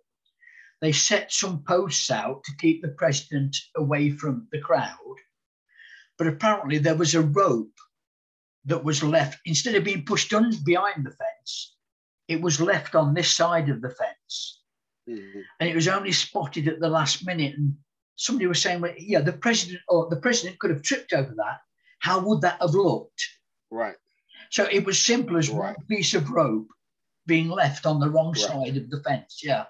[SPEAKER 3] they set some posts out to keep the president away from the crowd. But apparently, there was a rope that was left instead of being pushed on behind the fence. it was left on this side of the fence.
[SPEAKER 2] Mhm.
[SPEAKER 3] And it was only spotted at the last minute. And somebody was saying, well, yeah, the president or the president could have tripped over that. How would that have looked?
[SPEAKER 2] Right.
[SPEAKER 3] So it was simple as one
[SPEAKER 2] Right.
[SPEAKER 3] piece of rope being left on the wrong
[SPEAKER 2] Right.
[SPEAKER 3] side of the fence. Yeah.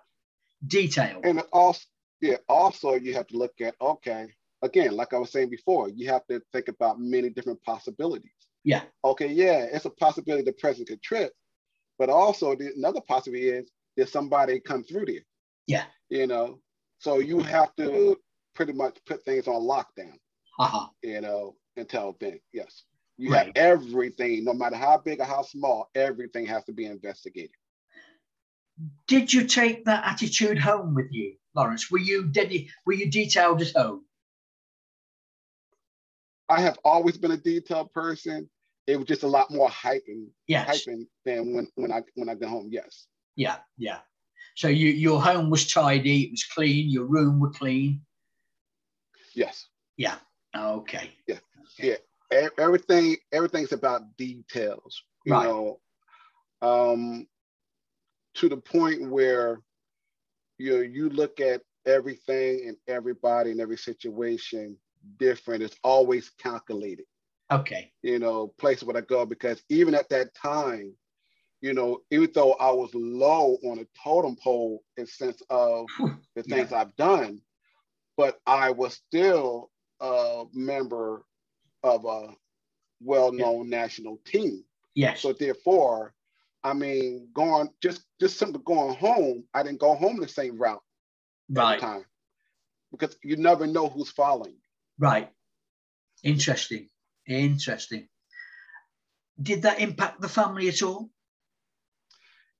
[SPEAKER 3] Detail.
[SPEAKER 2] And also, yeah, also you have to look at, okay, again, like I was saying before, you have to think about many different possibilities.
[SPEAKER 3] Yeah.
[SPEAKER 2] Okay, yeah, it's a possibility the president could trip, but also the, another possibility is there's somebody come through there.
[SPEAKER 3] Yeah.
[SPEAKER 2] You know, so you have to pretty much put things on lockdown.
[SPEAKER 3] Haha.
[SPEAKER 2] you know, until then. Yes. You have
[SPEAKER 3] Right.
[SPEAKER 2] everything, no matter how big or how small, everything has to be investigated.
[SPEAKER 3] Did you take that attitude home with you, Lawrence? Were you dedi- were you detailed at home?
[SPEAKER 2] I have always been a detailed person. It was just a lot more hyping,
[SPEAKER 3] Yes.
[SPEAKER 2] hyping than when, when I when I got home. Yes.
[SPEAKER 3] Yeah, yeah. So you, your home was tidy, it was clean, your room were clean.
[SPEAKER 2] Yes.
[SPEAKER 3] Okay.
[SPEAKER 2] E- everything everything's about details. You
[SPEAKER 3] Right.
[SPEAKER 2] know. Um to the point where you know, you look at everything and everybody and every situation different. It's always calculated.
[SPEAKER 3] Okay.
[SPEAKER 2] you know, place where I go because even at that time, you know, even though I was low on a totem pole in sense of
[SPEAKER 3] Phew,
[SPEAKER 2] the things I've done, but I was still a member of a well-known national team.
[SPEAKER 3] Yes.
[SPEAKER 2] So therefore, I mean, going just just simply going home, I didn't go home the same route every
[SPEAKER 3] right.
[SPEAKER 2] time because you never know who's following. you.
[SPEAKER 3] Right. Interesting. Interesting. Did that impact the family at all?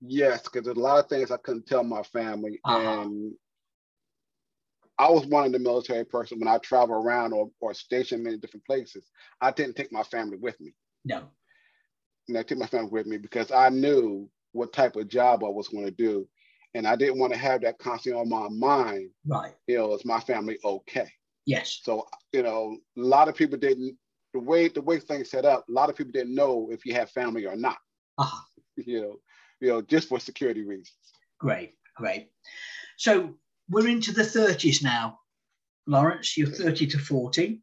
[SPEAKER 2] Yes, because there's a lot of things I couldn't tell my family.
[SPEAKER 3] Uh-huh.
[SPEAKER 2] And I was one of the military person when I travel around or, or stationed in many different places. I didn't take my family with me.
[SPEAKER 3] No.
[SPEAKER 2] And I took my family with me because I knew what type of job I was going to do. And I didn't want to have that constantly on my mind,
[SPEAKER 3] Right.
[SPEAKER 2] you know, is my family okay?
[SPEAKER 3] Yes.
[SPEAKER 2] So, you know, a lot of people didn't, the way the way things set up, a lot of people didn't know if you have family or not,
[SPEAKER 3] Ah,
[SPEAKER 2] you know, you know, just for security reasons.
[SPEAKER 3] great. Great. So we're into the 30s now, Lawrence. You're 30 to 40.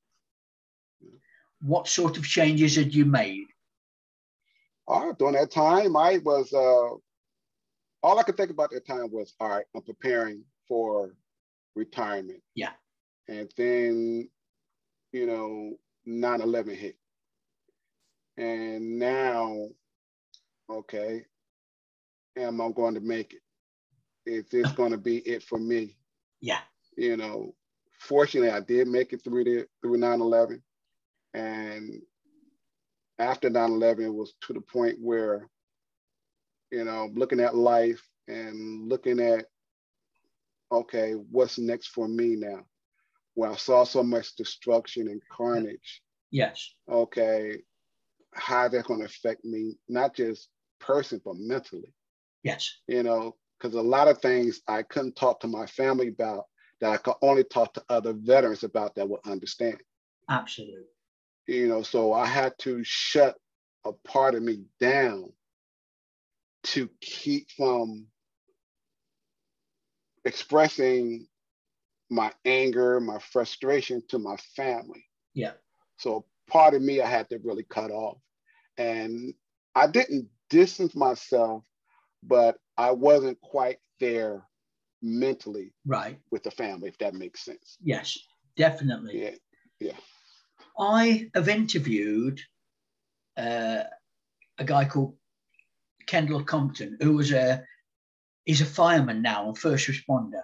[SPEAKER 3] What sort of changes had you made?
[SPEAKER 2] all right, Oh, during that time, I was uh, all I could think about at that time was all right, I'm preparing for retirement.
[SPEAKER 3] Yeah.
[SPEAKER 2] And then, you know, 9 11 hit. And now, okay, am I going to make it? Is this going to be it for me?
[SPEAKER 3] Yeah.
[SPEAKER 2] You know, fortunately, I did make it through the through 9 11. And after 9-11 it was to the point where you know looking at life and looking at okay what's next for me now when i saw so much destruction and carnage
[SPEAKER 3] Yes.
[SPEAKER 2] okay how that's going to affect me not just person but mentally
[SPEAKER 3] Yes.
[SPEAKER 2] you know because a lot of things i couldn't talk to my family about that i could only talk to other veterans about that would understand
[SPEAKER 3] Absolutely.
[SPEAKER 2] you know so i had to shut a part of me down to keep from expressing my anger my frustration to my family
[SPEAKER 3] Yeah.
[SPEAKER 2] so part of me i had to really cut off and i didn't distance myself but i wasn't quite there mentally
[SPEAKER 3] Right.
[SPEAKER 2] with the family if that makes sense
[SPEAKER 3] Yes. Definitely.
[SPEAKER 2] yeah
[SPEAKER 3] I have interviewed uh, a guy called Kendall Compton, who was a he's a fireman now, a first responder.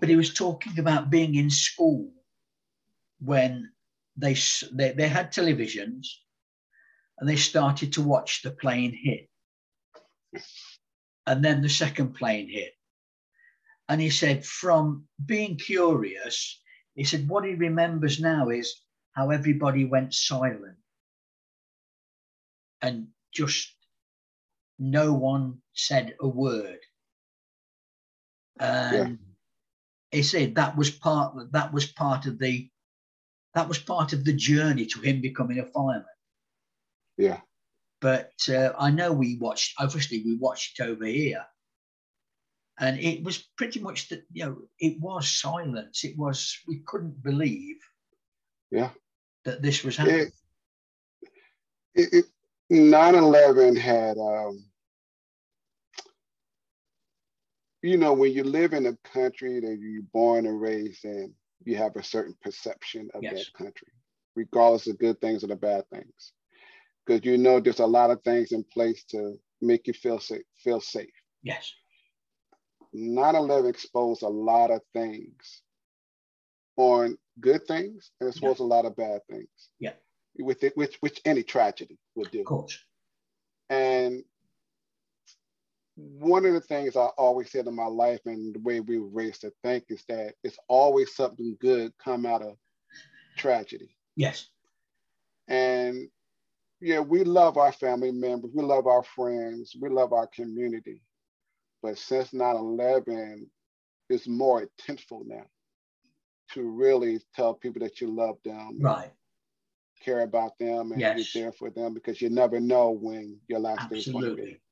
[SPEAKER 3] But he was talking about being in school when they s- they, they had televisions and they started to watch the plane hit, and then the second plane hit. And he said, from being curious, he said what he remembers now is how everybody went silent and just no one said a word and he said that was part that was part of the that was part of the journey to him becoming a fireman
[SPEAKER 2] yeah
[SPEAKER 3] But uh, I know we watched, obviously, we watched it over here. And it was pretty much that, you know, it was silence. It was, we couldn't believe
[SPEAKER 2] Yeah.
[SPEAKER 3] that this was happening.
[SPEAKER 2] It, it, it, 9/11 had, um, you know, when you live in a country that you're born and raised in, you have a certain perception of
[SPEAKER 3] Yes.
[SPEAKER 2] that country, regardless of good things or the bad things, because you know there's a lot of things in place to make you feel safe, feel safe.
[SPEAKER 3] Yes.
[SPEAKER 2] 9/11 exposed a lot of things on good things and as well as a lot of bad things.
[SPEAKER 3] Yeah.
[SPEAKER 2] With it, which which any tragedy would do.
[SPEAKER 3] Of course.
[SPEAKER 2] And one of the things I always said in my life and the way we were raised to think is that it's always something good come out of tragedy.
[SPEAKER 3] Yes.
[SPEAKER 2] And yeah, we love our family members, we love our friends, we love our community. But since 9 11, it's more intentful now to really tell people that you love them,
[SPEAKER 3] Right.
[SPEAKER 2] care about them, and
[SPEAKER 3] Yes.
[SPEAKER 2] you're there for them because you never know when your last day is going to be.
[SPEAKER 3] Absolutely.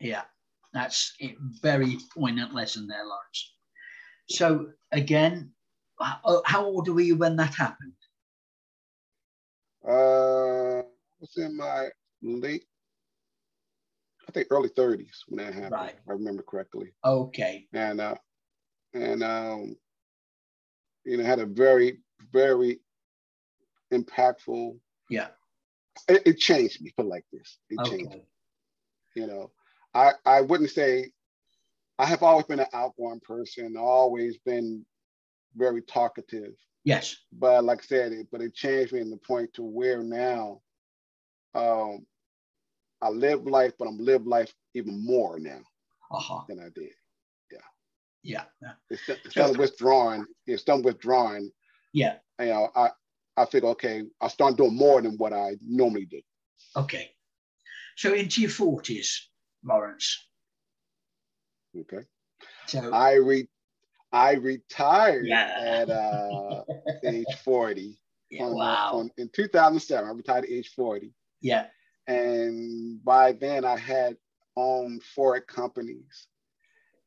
[SPEAKER 3] Yeah. That's a very poignant lesson there, Lawrence. So, again, how how old were you when that happened?
[SPEAKER 2] Uh, I was in my late, I think early 30s when that happened,
[SPEAKER 3] Right.
[SPEAKER 2] if I remember correctly.
[SPEAKER 3] Okay.
[SPEAKER 2] and uh, and um, you know had a very very impactful.
[SPEAKER 3] Yeah.
[SPEAKER 2] It, it changed me. Put it like this, it changed.
[SPEAKER 3] Okay.
[SPEAKER 2] You know, I I wouldn't say I have always been an outgoing person. Always been very talkative,
[SPEAKER 3] Yes.
[SPEAKER 2] but like I said, it, but it changed me in the point to where now, um, I live life, but I'm live life even more now
[SPEAKER 3] Uh-huh.
[SPEAKER 2] than I did.
[SPEAKER 3] Yeah. yeah.
[SPEAKER 2] It's some- it's some withdrawing. It's some withdrawing.
[SPEAKER 3] Yeah.
[SPEAKER 2] You know, I I figure okay, I start doing more than what I normally do.
[SPEAKER 3] Okay. So into your forties, Lawrence.
[SPEAKER 2] Okay,
[SPEAKER 3] So
[SPEAKER 2] I uh, re I retired
[SPEAKER 3] Yeah.
[SPEAKER 2] at uh, age forty.
[SPEAKER 3] yeah,
[SPEAKER 2] on- uh,
[SPEAKER 3] wow.
[SPEAKER 2] on- in two thousand seven, I retired at age forty,
[SPEAKER 3] yeah.
[SPEAKER 2] and by then I had owned four companies,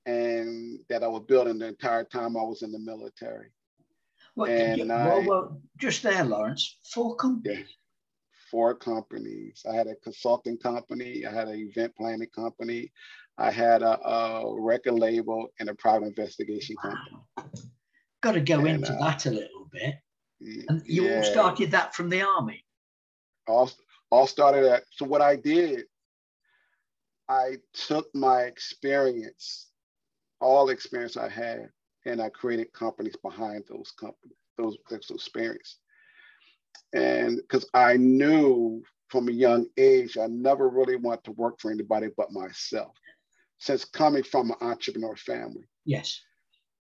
[SPEAKER 2] and that I was building the entire time I was in the military.
[SPEAKER 3] Well,
[SPEAKER 2] and
[SPEAKER 3] you-
[SPEAKER 2] I-
[SPEAKER 3] well, well, just there, Lawrence. Four companies.
[SPEAKER 2] four companies. I had a consulting company, I had an event planning company, I had a, a record label, and a private investigation company.
[SPEAKER 3] Got to go
[SPEAKER 2] And,
[SPEAKER 3] into
[SPEAKER 2] uh,
[SPEAKER 3] that a little bit.
[SPEAKER 2] Y-
[SPEAKER 3] And you all started that from the army.
[SPEAKER 2] all, all started at. So what I did, I took my experience, all the experience I had, and I created companies behind those companies, those, those experience. And because I knew from a young age, I never really wanted to work for anybody but myself, since coming from an entrepreneur family.
[SPEAKER 3] Yes.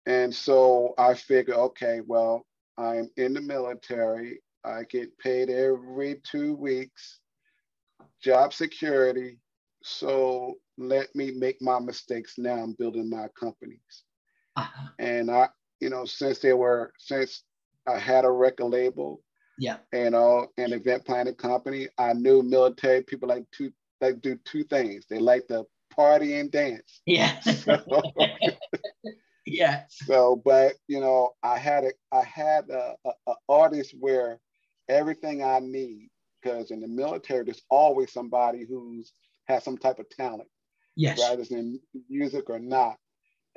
[SPEAKER 2] And so I figured, okay, well, I'm in the military. I get paid every two weeks, job security. So let me make my mistakes now. I'm building my companies.
[SPEAKER 3] Uh-huh.
[SPEAKER 2] And I, you know, since they were, since I had a record label,
[SPEAKER 3] Yeah.
[SPEAKER 2] you know, an event planning company, I knew military people like to like do two things. They like to party and dance.
[SPEAKER 3] Yeah.
[SPEAKER 2] So-
[SPEAKER 3] yeah.
[SPEAKER 2] So, but you know, I had a I had a, a, a artist where everything I need because in the military there's always somebody who's has some type of talent,
[SPEAKER 3] Yes.
[SPEAKER 2] whether it's in music or not,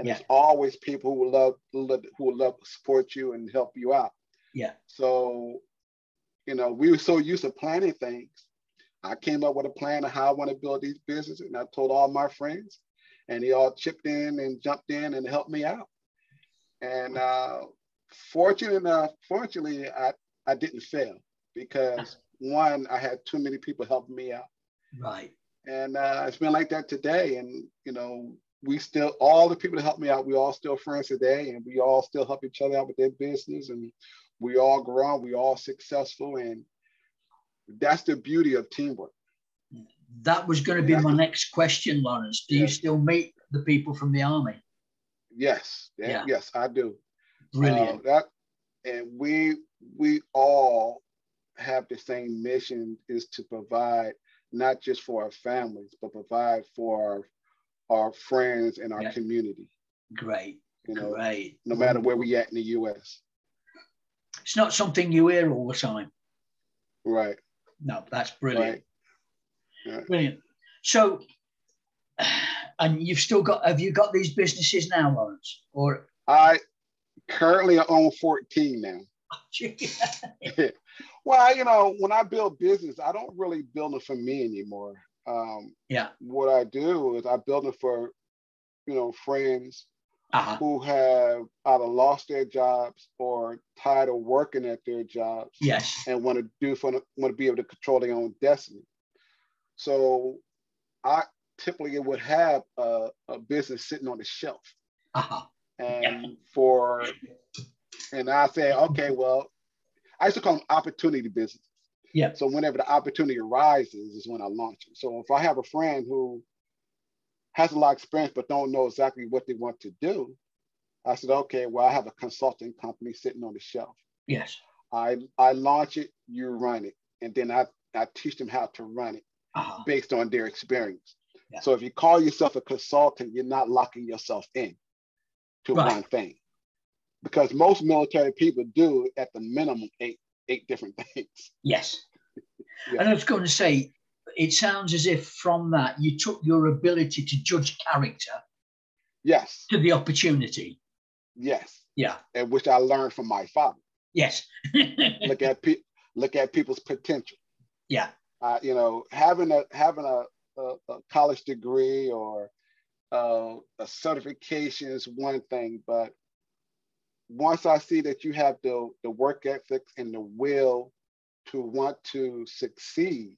[SPEAKER 2] and
[SPEAKER 3] Yeah.
[SPEAKER 2] there's always people who love, love who love support you and help you out.
[SPEAKER 3] Yeah.
[SPEAKER 2] So, you know, we were so used to planning things. I came up with a plan of how I want to build these businesses, and I told all my friends, and they all chipped in and jumped in and helped me out. And uh, fortunate enough, fortunately, I, I didn't fail because one, I had too many people helping me out,
[SPEAKER 3] Right.
[SPEAKER 2] and uh, it's been like that today. And you know, we still all the people that helped me out, we all still friends today, and we all still help each other out with their business, and we all grown, we all successful, and that's the beauty of teamwork.
[SPEAKER 3] That was going to be
[SPEAKER 2] Yeah.
[SPEAKER 3] my next question, Lawrence. Do you
[SPEAKER 2] Yeah.
[SPEAKER 3] still meet the people from the army?
[SPEAKER 2] Yes,
[SPEAKER 3] Yeah.
[SPEAKER 2] yes, I do.
[SPEAKER 3] Brilliant.
[SPEAKER 2] Uh, that, and we we all have the same mission is to provide not just for our families, but provide for our, our friends and our
[SPEAKER 3] Yeah.
[SPEAKER 2] community,
[SPEAKER 3] Great,
[SPEAKER 2] you know,
[SPEAKER 3] great.
[SPEAKER 2] no matter where we at in the US.
[SPEAKER 3] It's not something you hear all the time.
[SPEAKER 2] Right,
[SPEAKER 3] No, that's brilliant.
[SPEAKER 2] Yeah.
[SPEAKER 3] Brilliant. So, and you've still got, have you got these businesses now, Lawrence? Or,
[SPEAKER 2] I currently own 14 now. Well, you know, when I build business, I don't really build it for me anymore. Um,
[SPEAKER 3] Yeah.
[SPEAKER 2] What I do is I build it for, you know, friends
[SPEAKER 3] uh
[SPEAKER 2] who have either lost their jobs or tired of working at their jobs
[SPEAKER 3] yes,
[SPEAKER 2] and want to do for want to be able to control their own destiny. So, I typically would have a, a business sitting on the shelf,
[SPEAKER 3] uh
[SPEAKER 2] and
[SPEAKER 3] Yeah.
[SPEAKER 2] for, and I say, okay, well, I used to call them opportunity business.
[SPEAKER 3] yeah,
[SPEAKER 2] So whenever the opportunity arises is when I launch it. So if I have a friend who has a lot of experience but don't know exactly what they want to do, I said, okay, well, I have a consulting company sitting on the shelf.
[SPEAKER 3] yes,
[SPEAKER 2] I I launch it, you run it, and then I, I teach them how to run it
[SPEAKER 3] uh
[SPEAKER 2] based on their experience.
[SPEAKER 3] Yeah.
[SPEAKER 2] So if you call yourself a consultant, you're not locking yourself in to
[SPEAKER 3] Right.
[SPEAKER 2] one thing. Because most military people do at the minimum eight eight different things.
[SPEAKER 3] yes.
[SPEAKER 2] Yeah.
[SPEAKER 3] And I was going to say, it sounds as if from that you took your ability to judge character
[SPEAKER 2] Yes.
[SPEAKER 3] to the opportunity.
[SPEAKER 2] Yes.
[SPEAKER 3] Yeah,
[SPEAKER 2] and which I learned from my father.
[SPEAKER 3] yes,
[SPEAKER 2] Look at pe- look at people's potential.
[SPEAKER 3] yeah,
[SPEAKER 2] Uh, you know, having a having a, a, a college degree or uh, a certification is one thing, but once I see that you have the the work ethics and the will to want to succeed,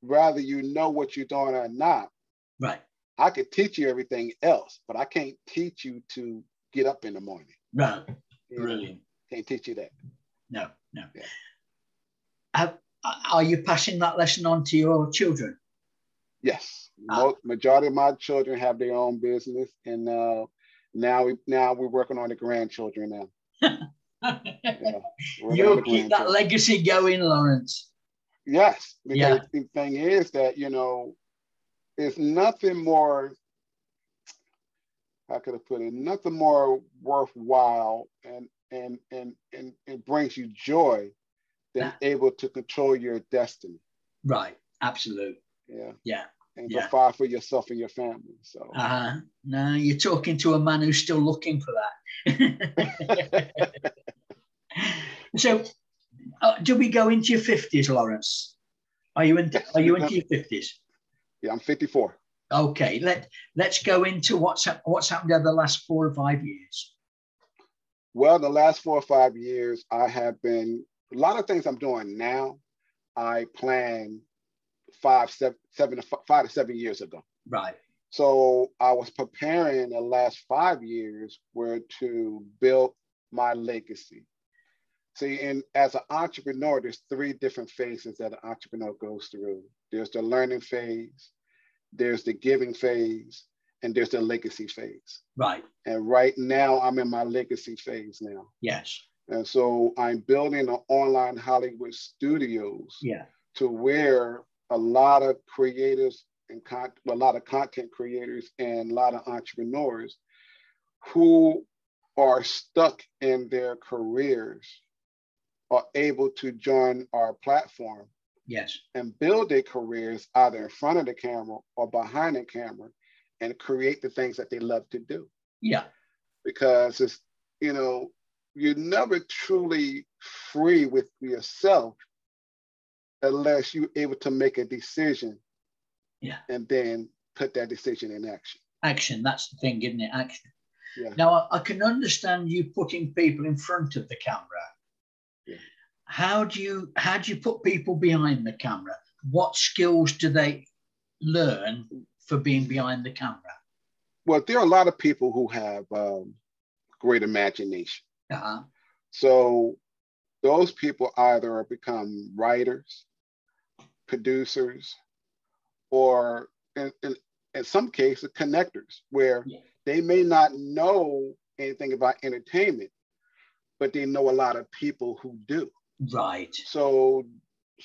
[SPEAKER 2] whether you know what you're doing or not,
[SPEAKER 3] right,
[SPEAKER 2] I could teach you everything else, but I can't teach you to get up in the morning.
[SPEAKER 3] right,
[SPEAKER 2] You know,
[SPEAKER 3] brilliant.
[SPEAKER 2] Can't teach you that.
[SPEAKER 3] No, no.
[SPEAKER 2] Yeah.
[SPEAKER 3] Have- are you passing that lesson on to your children?
[SPEAKER 2] Yes,
[SPEAKER 3] Ah.
[SPEAKER 2] Mo- majority of my children have their own business, and uh, now we now we're working on the grandchildren now. Yeah, we're working on
[SPEAKER 3] You'll
[SPEAKER 2] the
[SPEAKER 3] keep that
[SPEAKER 2] grandchildren.
[SPEAKER 3] legacy going, Lawrence.
[SPEAKER 2] Yes,
[SPEAKER 3] Yeah.
[SPEAKER 2] because the thing is that you know, it's nothing more. How could I put it? Nothing more worthwhile and and and and, and brings you joy than
[SPEAKER 3] Ah.
[SPEAKER 2] able to control your destiny.
[SPEAKER 3] Right, absolute.
[SPEAKER 2] Yeah,
[SPEAKER 3] Yeah.
[SPEAKER 2] and
[SPEAKER 3] Yeah.
[SPEAKER 2] provide for yourself and your family. So.
[SPEAKER 3] Uh-huh. No, you're talking to a man who's still looking for that. so, uh, do we go into your fifties, Lawrence? Are you in? Are you into your fifties?
[SPEAKER 2] Yeah, I'm 54.
[SPEAKER 3] Okay. Let Let's go into what's hap- what's happened over the last four or five years.
[SPEAKER 2] Well, the last four or five years, I have been a lot of things I'm doing now. I planned five, seven, seven to f- five to seven years ago.
[SPEAKER 3] Right.
[SPEAKER 2] So I was preparing the last five years were to build my legacy. See, and as an entrepreneur, there's three different phases that an entrepreneur goes through. There's the learning phase, there's the giving phase, and there's the legacy phase.
[SPEAKER 3] Right.
[SPEAKER 2] And right now, I'm in my legacy phase now.
[SPEAKER 3] Yes.
[SPEAKER 2] And so I'm building an online Hollywood studios
[SPEAKER 3] Yeah.
[SPEAKER 2] to where a lot of creatives and con- a lot of content creators and a lot of entrepreneurs who are stuck in their careers are able to join our platform
[SPEAKER 3] Yes.
[SPEAKER 2] and build their careers either in front of the camera or behind the camera and create the things that they love to do
[SPEAKER 3] Yeah.
[SPEAKER 2] because it's you know you're never truly free with yourself unless you're able to make a decision
[SPEAKER 3] Yeah.
[SPEAKER 2] and then put that decision in action
[SPEAKER 3] Action. That's the thing, isn't it? Action.
[SPEAKER 2] Yeah.
[SPEAKER 3] Now I, I can understand you putting people in front of the camera.
[SPEAKER 2] Yeah.
[SPEAKER 3] How do you how do you put people behind the camera? What skills do they learn for being behind the camera?
[SPEAKER 2] well there are a lot of people who have um, great imagination
[SPEAKER 3] Uh-huh.
[SPEAKER 2] so those people either become writers producers or in, in, in some cases connectors where
[SPEAKER 3] Yeah.
[SPEAKER 2] they may not know anything about entertainment but they know a lot of people who do
[SPEAKER 3] Right.
[SPEAKER 2] so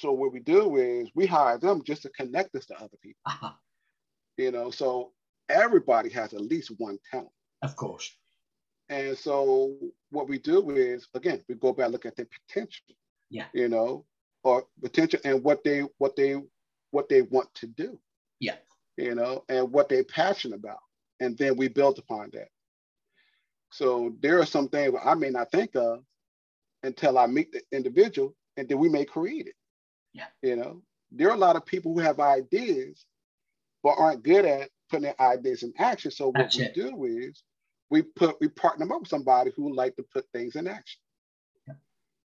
[SPEAKER 2] so what we do is we hire them just to connect us to other people.
[SPEAKER 3] Uh-huh.
[SPEAKER 2] You know, so everybody has at least one talent.
[SPEAKER 3] Of course.
[SPEAKER 2] And so what we do is again, we go back and look at their potential.
[SPEAKER 3] Yeah.
[SPEAKER 2] You know, or potential and what they what they what they want to do.
[SPEAKER 3] Yeah.
[SPEAKER 2] You know, and what they're passionate about. And then we build upon that. So there are some things I may not think of until I meet the individual and then we may create it.
[SPEAKER 3] Yeah.
[SPEAKER 2] You know, there are a lot of people who have ideas but aren't good at putting their ideas in action. So what
[SPEAKER 3] That's
[SPEAKER 2] we
[SPEAKER 3] it.
[SPEAKER 2] do is we put we partner them up with somebody who like to put things in action.
[SPEAKER 3] Yeah.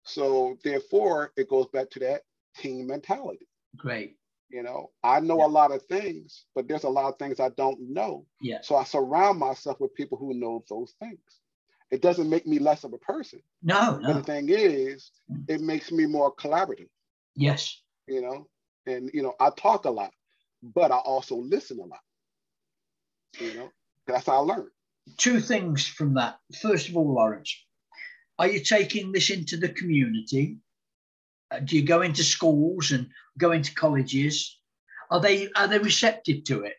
[SPEAKER 2] So therefore, it goes back to that team mentality.
[SPEAKER 3] Great.
[SPEAKER 2] You know, I know
[SPEAKER 3] Yeah.
[SPEAKER 2] a lot of things, but there's a lot of things I don't know.
[SPEAKER 3] Yeah.
[SPEAKER 2] So I surround myself with people who know those things. It doesn't make me less of a person.
[SPEAKER 3] No,
[SPEAKER 2] But
[SPEAKER 3] no.
[SPEAKER 2] the thing is,
[SPEAKER 3] Mm.
[SPEAKER 2] it makes me more collaborative
[SPEAKER 3] Yes.
[SPEAKER 2] you know and you know i talk a lot but i also listen a lot you know that's how i learn
[SPEAKER 3] Two things from that. First of all, Lawrence, are you taking this into the community? Uh, do you go into schools and go into colleges? Are they are they receptive to it?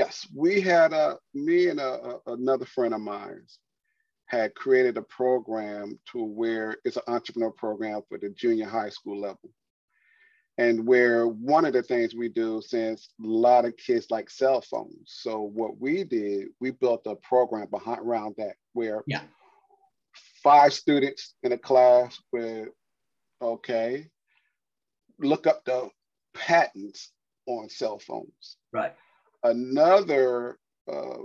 [SPEAKER 2] yes we had a me and a, a- another friend of mine had created a program to where it's an entrepreneur program for the junior high school level and where one of the things we do since a lot of kids like cell phones so what we did we built a program behind around that where
[SPEAKER 3] Yeah.
[SPEAKER 2] five students in a class with okay look up the patents on cell phones
[SPEAKER 3] Right.
[SPEAKER 2] another uh,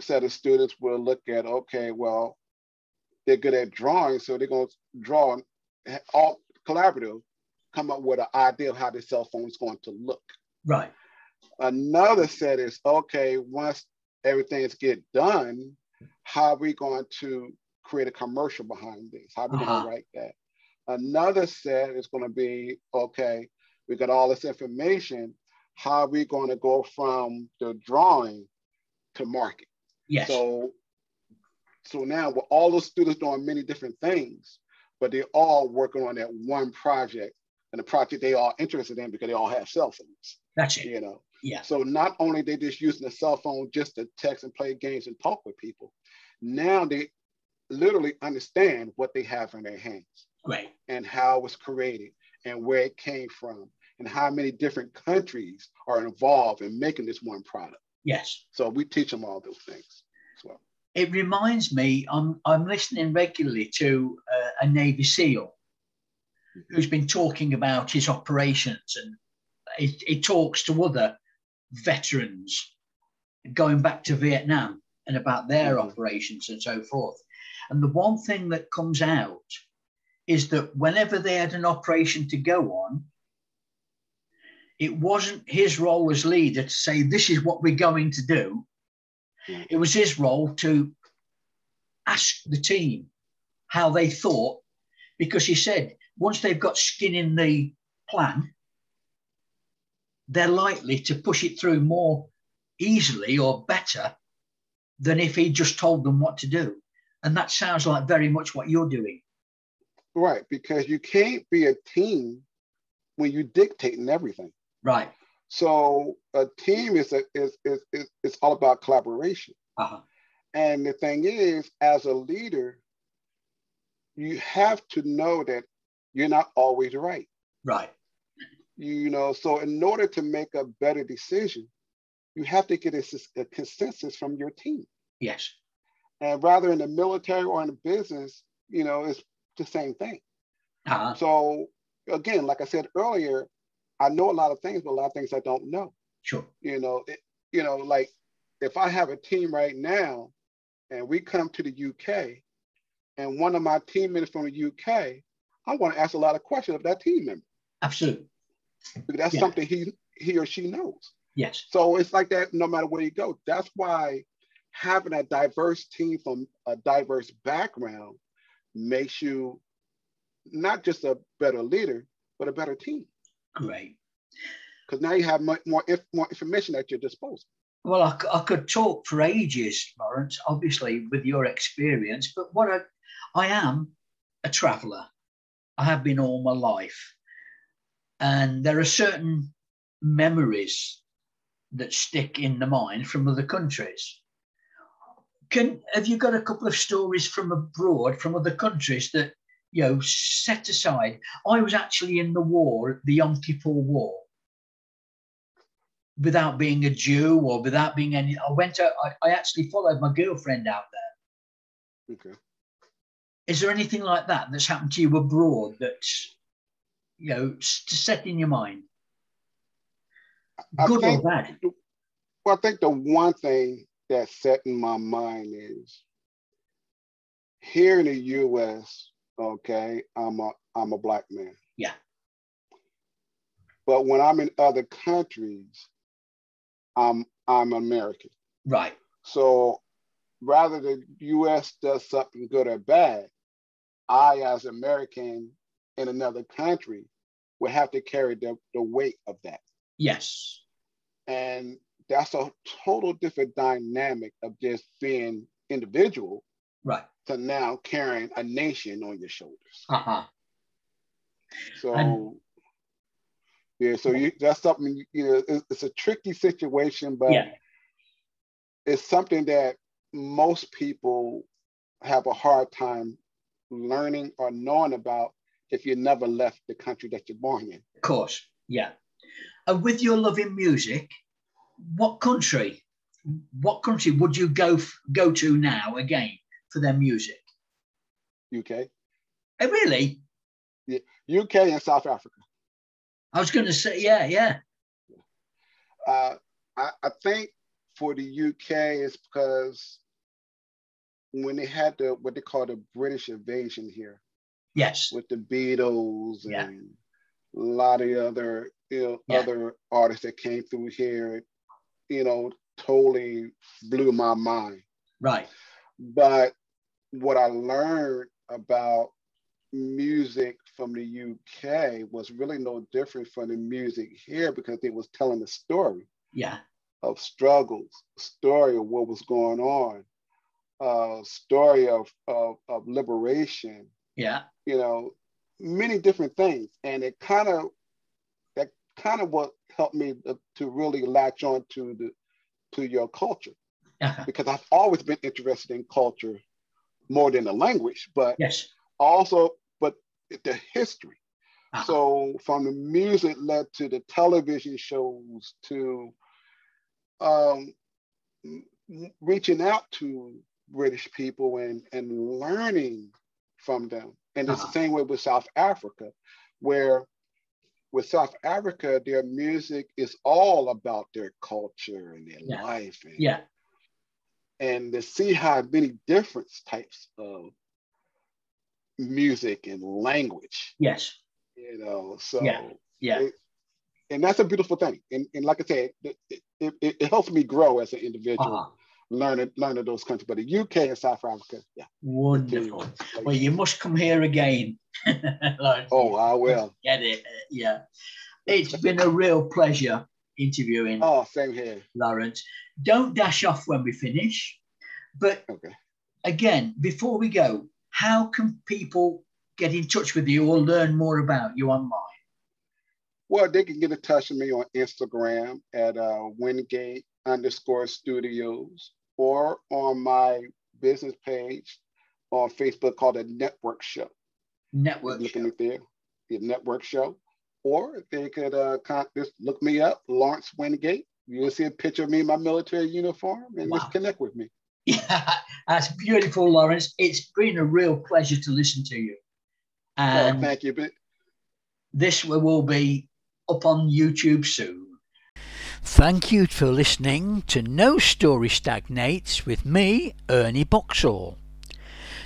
[SPEAKER 2] set of students will look at okay well they're good at drawing so they're going to draw and ha- all collaborative come up with an idea of how the cell phone is going to look
[SPEAKER 3] Right.
[SPEAKER 2] another set is okay once everything's get done how are we going to create a commercial behind this how are we going
[SPEAKER 3] Uh-huh.
[SPEAKER 2] to write that another set is going to be okay we got all this information how are we going to go from the drawing to market
[SPEAKER 3] Yes.
[SPEAKER 2] so so now with all those students doing many different things but they're all working on that one project and the project they are interested in because they all have cell phones
[SPEAKER 3] That's it.
[SPEAKER 2] you know
[SPEAKER 3] Yeah.
[SPEAKER 2] so not only they just using the cell phone just to text and play games and talk with people, now they literally understand what they have in their hands
[SPEAKER 3] Great.
[SPEAKER 2] and how it was created and where it came from and how many different countries are involved in making this one product.
[SPEAKER 3] Yes.
[SPEAKER 2] So we teach them all those things as well.
[SPEAKER 3] it reminds me i'm i'm listening regularly to uh, a navy seal who's been talking about his operations and he, he talks to other veterans going back to vietnam and about their
[SPEAKER 2] Mhm.
[SPEAKER 3] operations and so forth and the one thing that comes out is that whenever they had an operation to go on it wasn't his role as leader to say this is what we're going to do
[SPEAKER 2] Mhm.
[SPEAKER 3] it was his role to ask the team how they thought because he said once they've got skin in the plan they're likely to push it through more easily or better than if he just told them what to do and that sounds like very much what you're doing
[SPEAKER 2] Right, because you can't be a team when you dictating everything.
[SPEAKER 3] right
[SPEAKER 2] So a team is a, is, is, is it's all about collaboration.
[SPEAKER 3] uh-huh.
[SPEAKER 2] And the thing is, as a leader, you have to know that you're not always right.
[SPEAKER 3] right
[SPEAKER 2] You know, so in order to make a better decision, you have to get a, sus- a consensus from your team.
[SPEAKER 3] yes
[SPEAKER 2] And rather in the military or in the business, you know, it's the same thing.
[SPEAKER 3] uh-huh.
[SPEAKER 2] So again, like I said earlier, I know a lot of things, but a lot of things I don't know.
[SPEAKER 3] sure
[SPEAKER 2] you know, it, you know, like if I have a team right now and we come to the UK and one of my team members from the UK, I want to ask a lot of questions of that team member
[SPEAKER 3] absolutely
[SPEAKER 2] because that's
[SPEAKER 3] Yeah.
[SPEAKER 2] something he he or she knows.
[SPEAKER 3] yes
[SPEAKER 2] So it's like that no matter where you go. That's why having a diverse team from a diverse background makes you not just a better leader, but a better team.
[SPEAKER 3] great
[SPEAKER 2] Because now you have much more, inf- more information at your disposal.
[SPEAKER 3] Well, I, c- I could talk for ages, Lawrence, obviously, with your experience, but what I, I am a traveller. I have been all my life. And there are certain memories that stick in the mind from other countries. Can have you got a couple of stories from abroad, from other countries that you know set aside? I was actually in the war, the Yom Kippur War, without being a Jew or without being any. I went. Out, I, I actually followed my girlfriend out there.
[SPEAKER 2] Okay.
[SPEAKER 3] Is there anything like that that's happened to you abroad that's you know s- to set in your mind,
[SPEAKER 2] I
[SPEAKER 3] good or
[SPEAKER 2] think-
[SPEAKER 3] bad?
[SPEAKER 2] Well, I think the one thing that set in my mind is here in the U.S. Okay, I'm a I'm a black man.
[SPEAKER 3] Yeah.
[SPEAKER 2] But when I'm in other countries, I'm I'm American.
[SPEAKER 3] Right.
[SPEAKER 2] So rather the U.S. does something good or bad, I as American in another country would have to carry the, the weight of that
[SPEAKER 3] Yes.
[SPEAKER 2] and that's a total different dynamic of just being individual
[SPEAKER 3] Right.
[SPEAKER 2] to now carrying a nation on your shoulders.
[SPEAKER 3] Uh-huh.
[SPEAKER 2] So
[SPEAKER 3] And-
[SPEAKER 2] yeah, so you, that's something you- you know. It's, it's a tricky situation, but
[SPEAKER 3] Yeah.
[SPEAKER 2] it's something that most people have a hard time learning or knowing about if you never left the country that you're born in.
[SPEAKER 3] Of course. Yeah. And with your love in music, what country, what country would you go f- go to now again for their music?
[SPEAKER 2] UK,
[SPEAKER 3] Oh, really?
[SPEAKER 2] UK, and South Africa.
[SPEAKER 3] I was going to say, yeah, yeah,
[SPEAKER 2] Uh, I, I think for the UK is because when they had the what they call the British invasion here
[SPEAKER 3] yes,
[SPEAKER 2] with the Beatles
[SPEAKER 3] Yeah.
[SPEAKER 2] and a lot of the other you know,
[SPEAKER 3] Yeah.
[SPEAKER 2] other artists that came through here, it, you know, totally blew my mind.
[SPEAKER 3] right,
[SPEAKER 2] But what I learned about music from the UK was really no different from the music here because it was telling the story
[SPEAKER 3] yeah,
[SPEAKER 2] of struggles, story of what was going on, uh, story of, of, of liberation,
[SPEAKER 3] yeah,
[SPEAKER 2] you know, many different things. And it kind of, that kind of what helped me to, to really latch on to the, to your culture,
[SPEAKER 3] uh-huh.
[SPEAKER 2] because I've always been interested in culture more than the language, but
[SPEAKER 3] yes,
[SPEAKER 2] also, but the history.
[SPEAKER 3] uh-huh.
[SPEAKER 2] So from the music led to the television shows to um, m- reaching out to British people and, and learning from them. And it's
[SPEAKER 3] Uh-huh.
[SPEAKER 2] the same way with South Africa, where with South Africa, their music is all about their culture and their
[SPEAKER 3] Yeah.
[SPEAKER 2] life. And,
[SPEAKER 3] yeah,
[SPEAKER 2] and to see how many different types of music and language,
[SPEAKER 3] yes,
[SPEAKER 2] you know, so
[SPEAKER 3] yeah,
[SPEAKER 2] and that's a beautiful thing. And, and like I said, it, it, it, it helps me grow as an individual,
[SPEAKER 3] uh-huh.
[SPEAKER 2] learning learning those countries. But the UK and South Africa, yeah.
[SPEAKER 3] wonderful. Well, you must come here again. Lawrence.
[SPEAKER 2] Oh, I will.
[SPEAKER 3] get it? Yeah, it's been a real pleasure interviewing.
[SPEAKER 2] Oh, same here.
[SPEAKER 3] Lawrence. Don't dash off when we finish. But
[SPEAKER 2] Okay.
[SPEAKER 3] again, before we go, how can people get in touch with you or learn more about you online?
[SPEAKER 2] Well, they can get in touch with me on Instagram at uh, Wingate underscore studios or on my business page on Facebook called The Network Show.
[SPEAKER 3] Network.
[SPEAKER 2] looking at there, the network show, or they could uh, con- just look me up, Lawrence Wingate. You'll see a picture of me in my military uniform and
[SPEAKER 3] Wow.
[SPEAKER 2] just connect with me.
[SPEAKER 3] Yeah, that's beautiful, Lawrence. It's been a real pleasure to listen to you.
[SPEAKER 2] oh,
[SPEAKER 3] And
[SPEAKER 2] thank you. But
[SPEAKER 3] this will- will be up on YouTube soon.
[SPEAKER 1] Thank you for listening to No Story Stagnates with me, Ernie Boxall.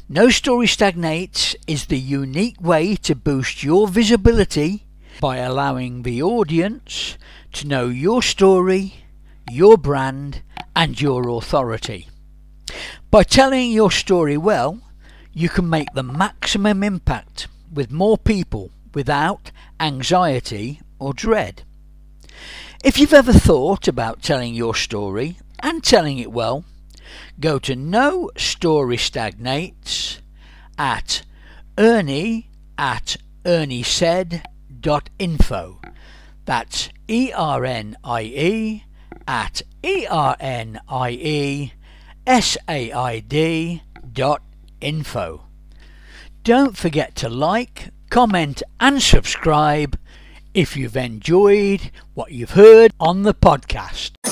[SPEAKER 1] No Story Stagnates is the unique way to boost your visibility by allowing the audience to know your story, your brand, and your authority. By telling your story well, you can make the maximum impact with more people without anxiety or dread. If you've ever thought about telling your story and telling it well, go to No Story Stagnates at Ernie at ErnieSaid.com
[SPEAKER 3] ernie.info. That's E R N I E at E R N I E S A I D dot info. Don't forget to like, comment, and subscribe if you've enjoyed what you've heard on the podcast.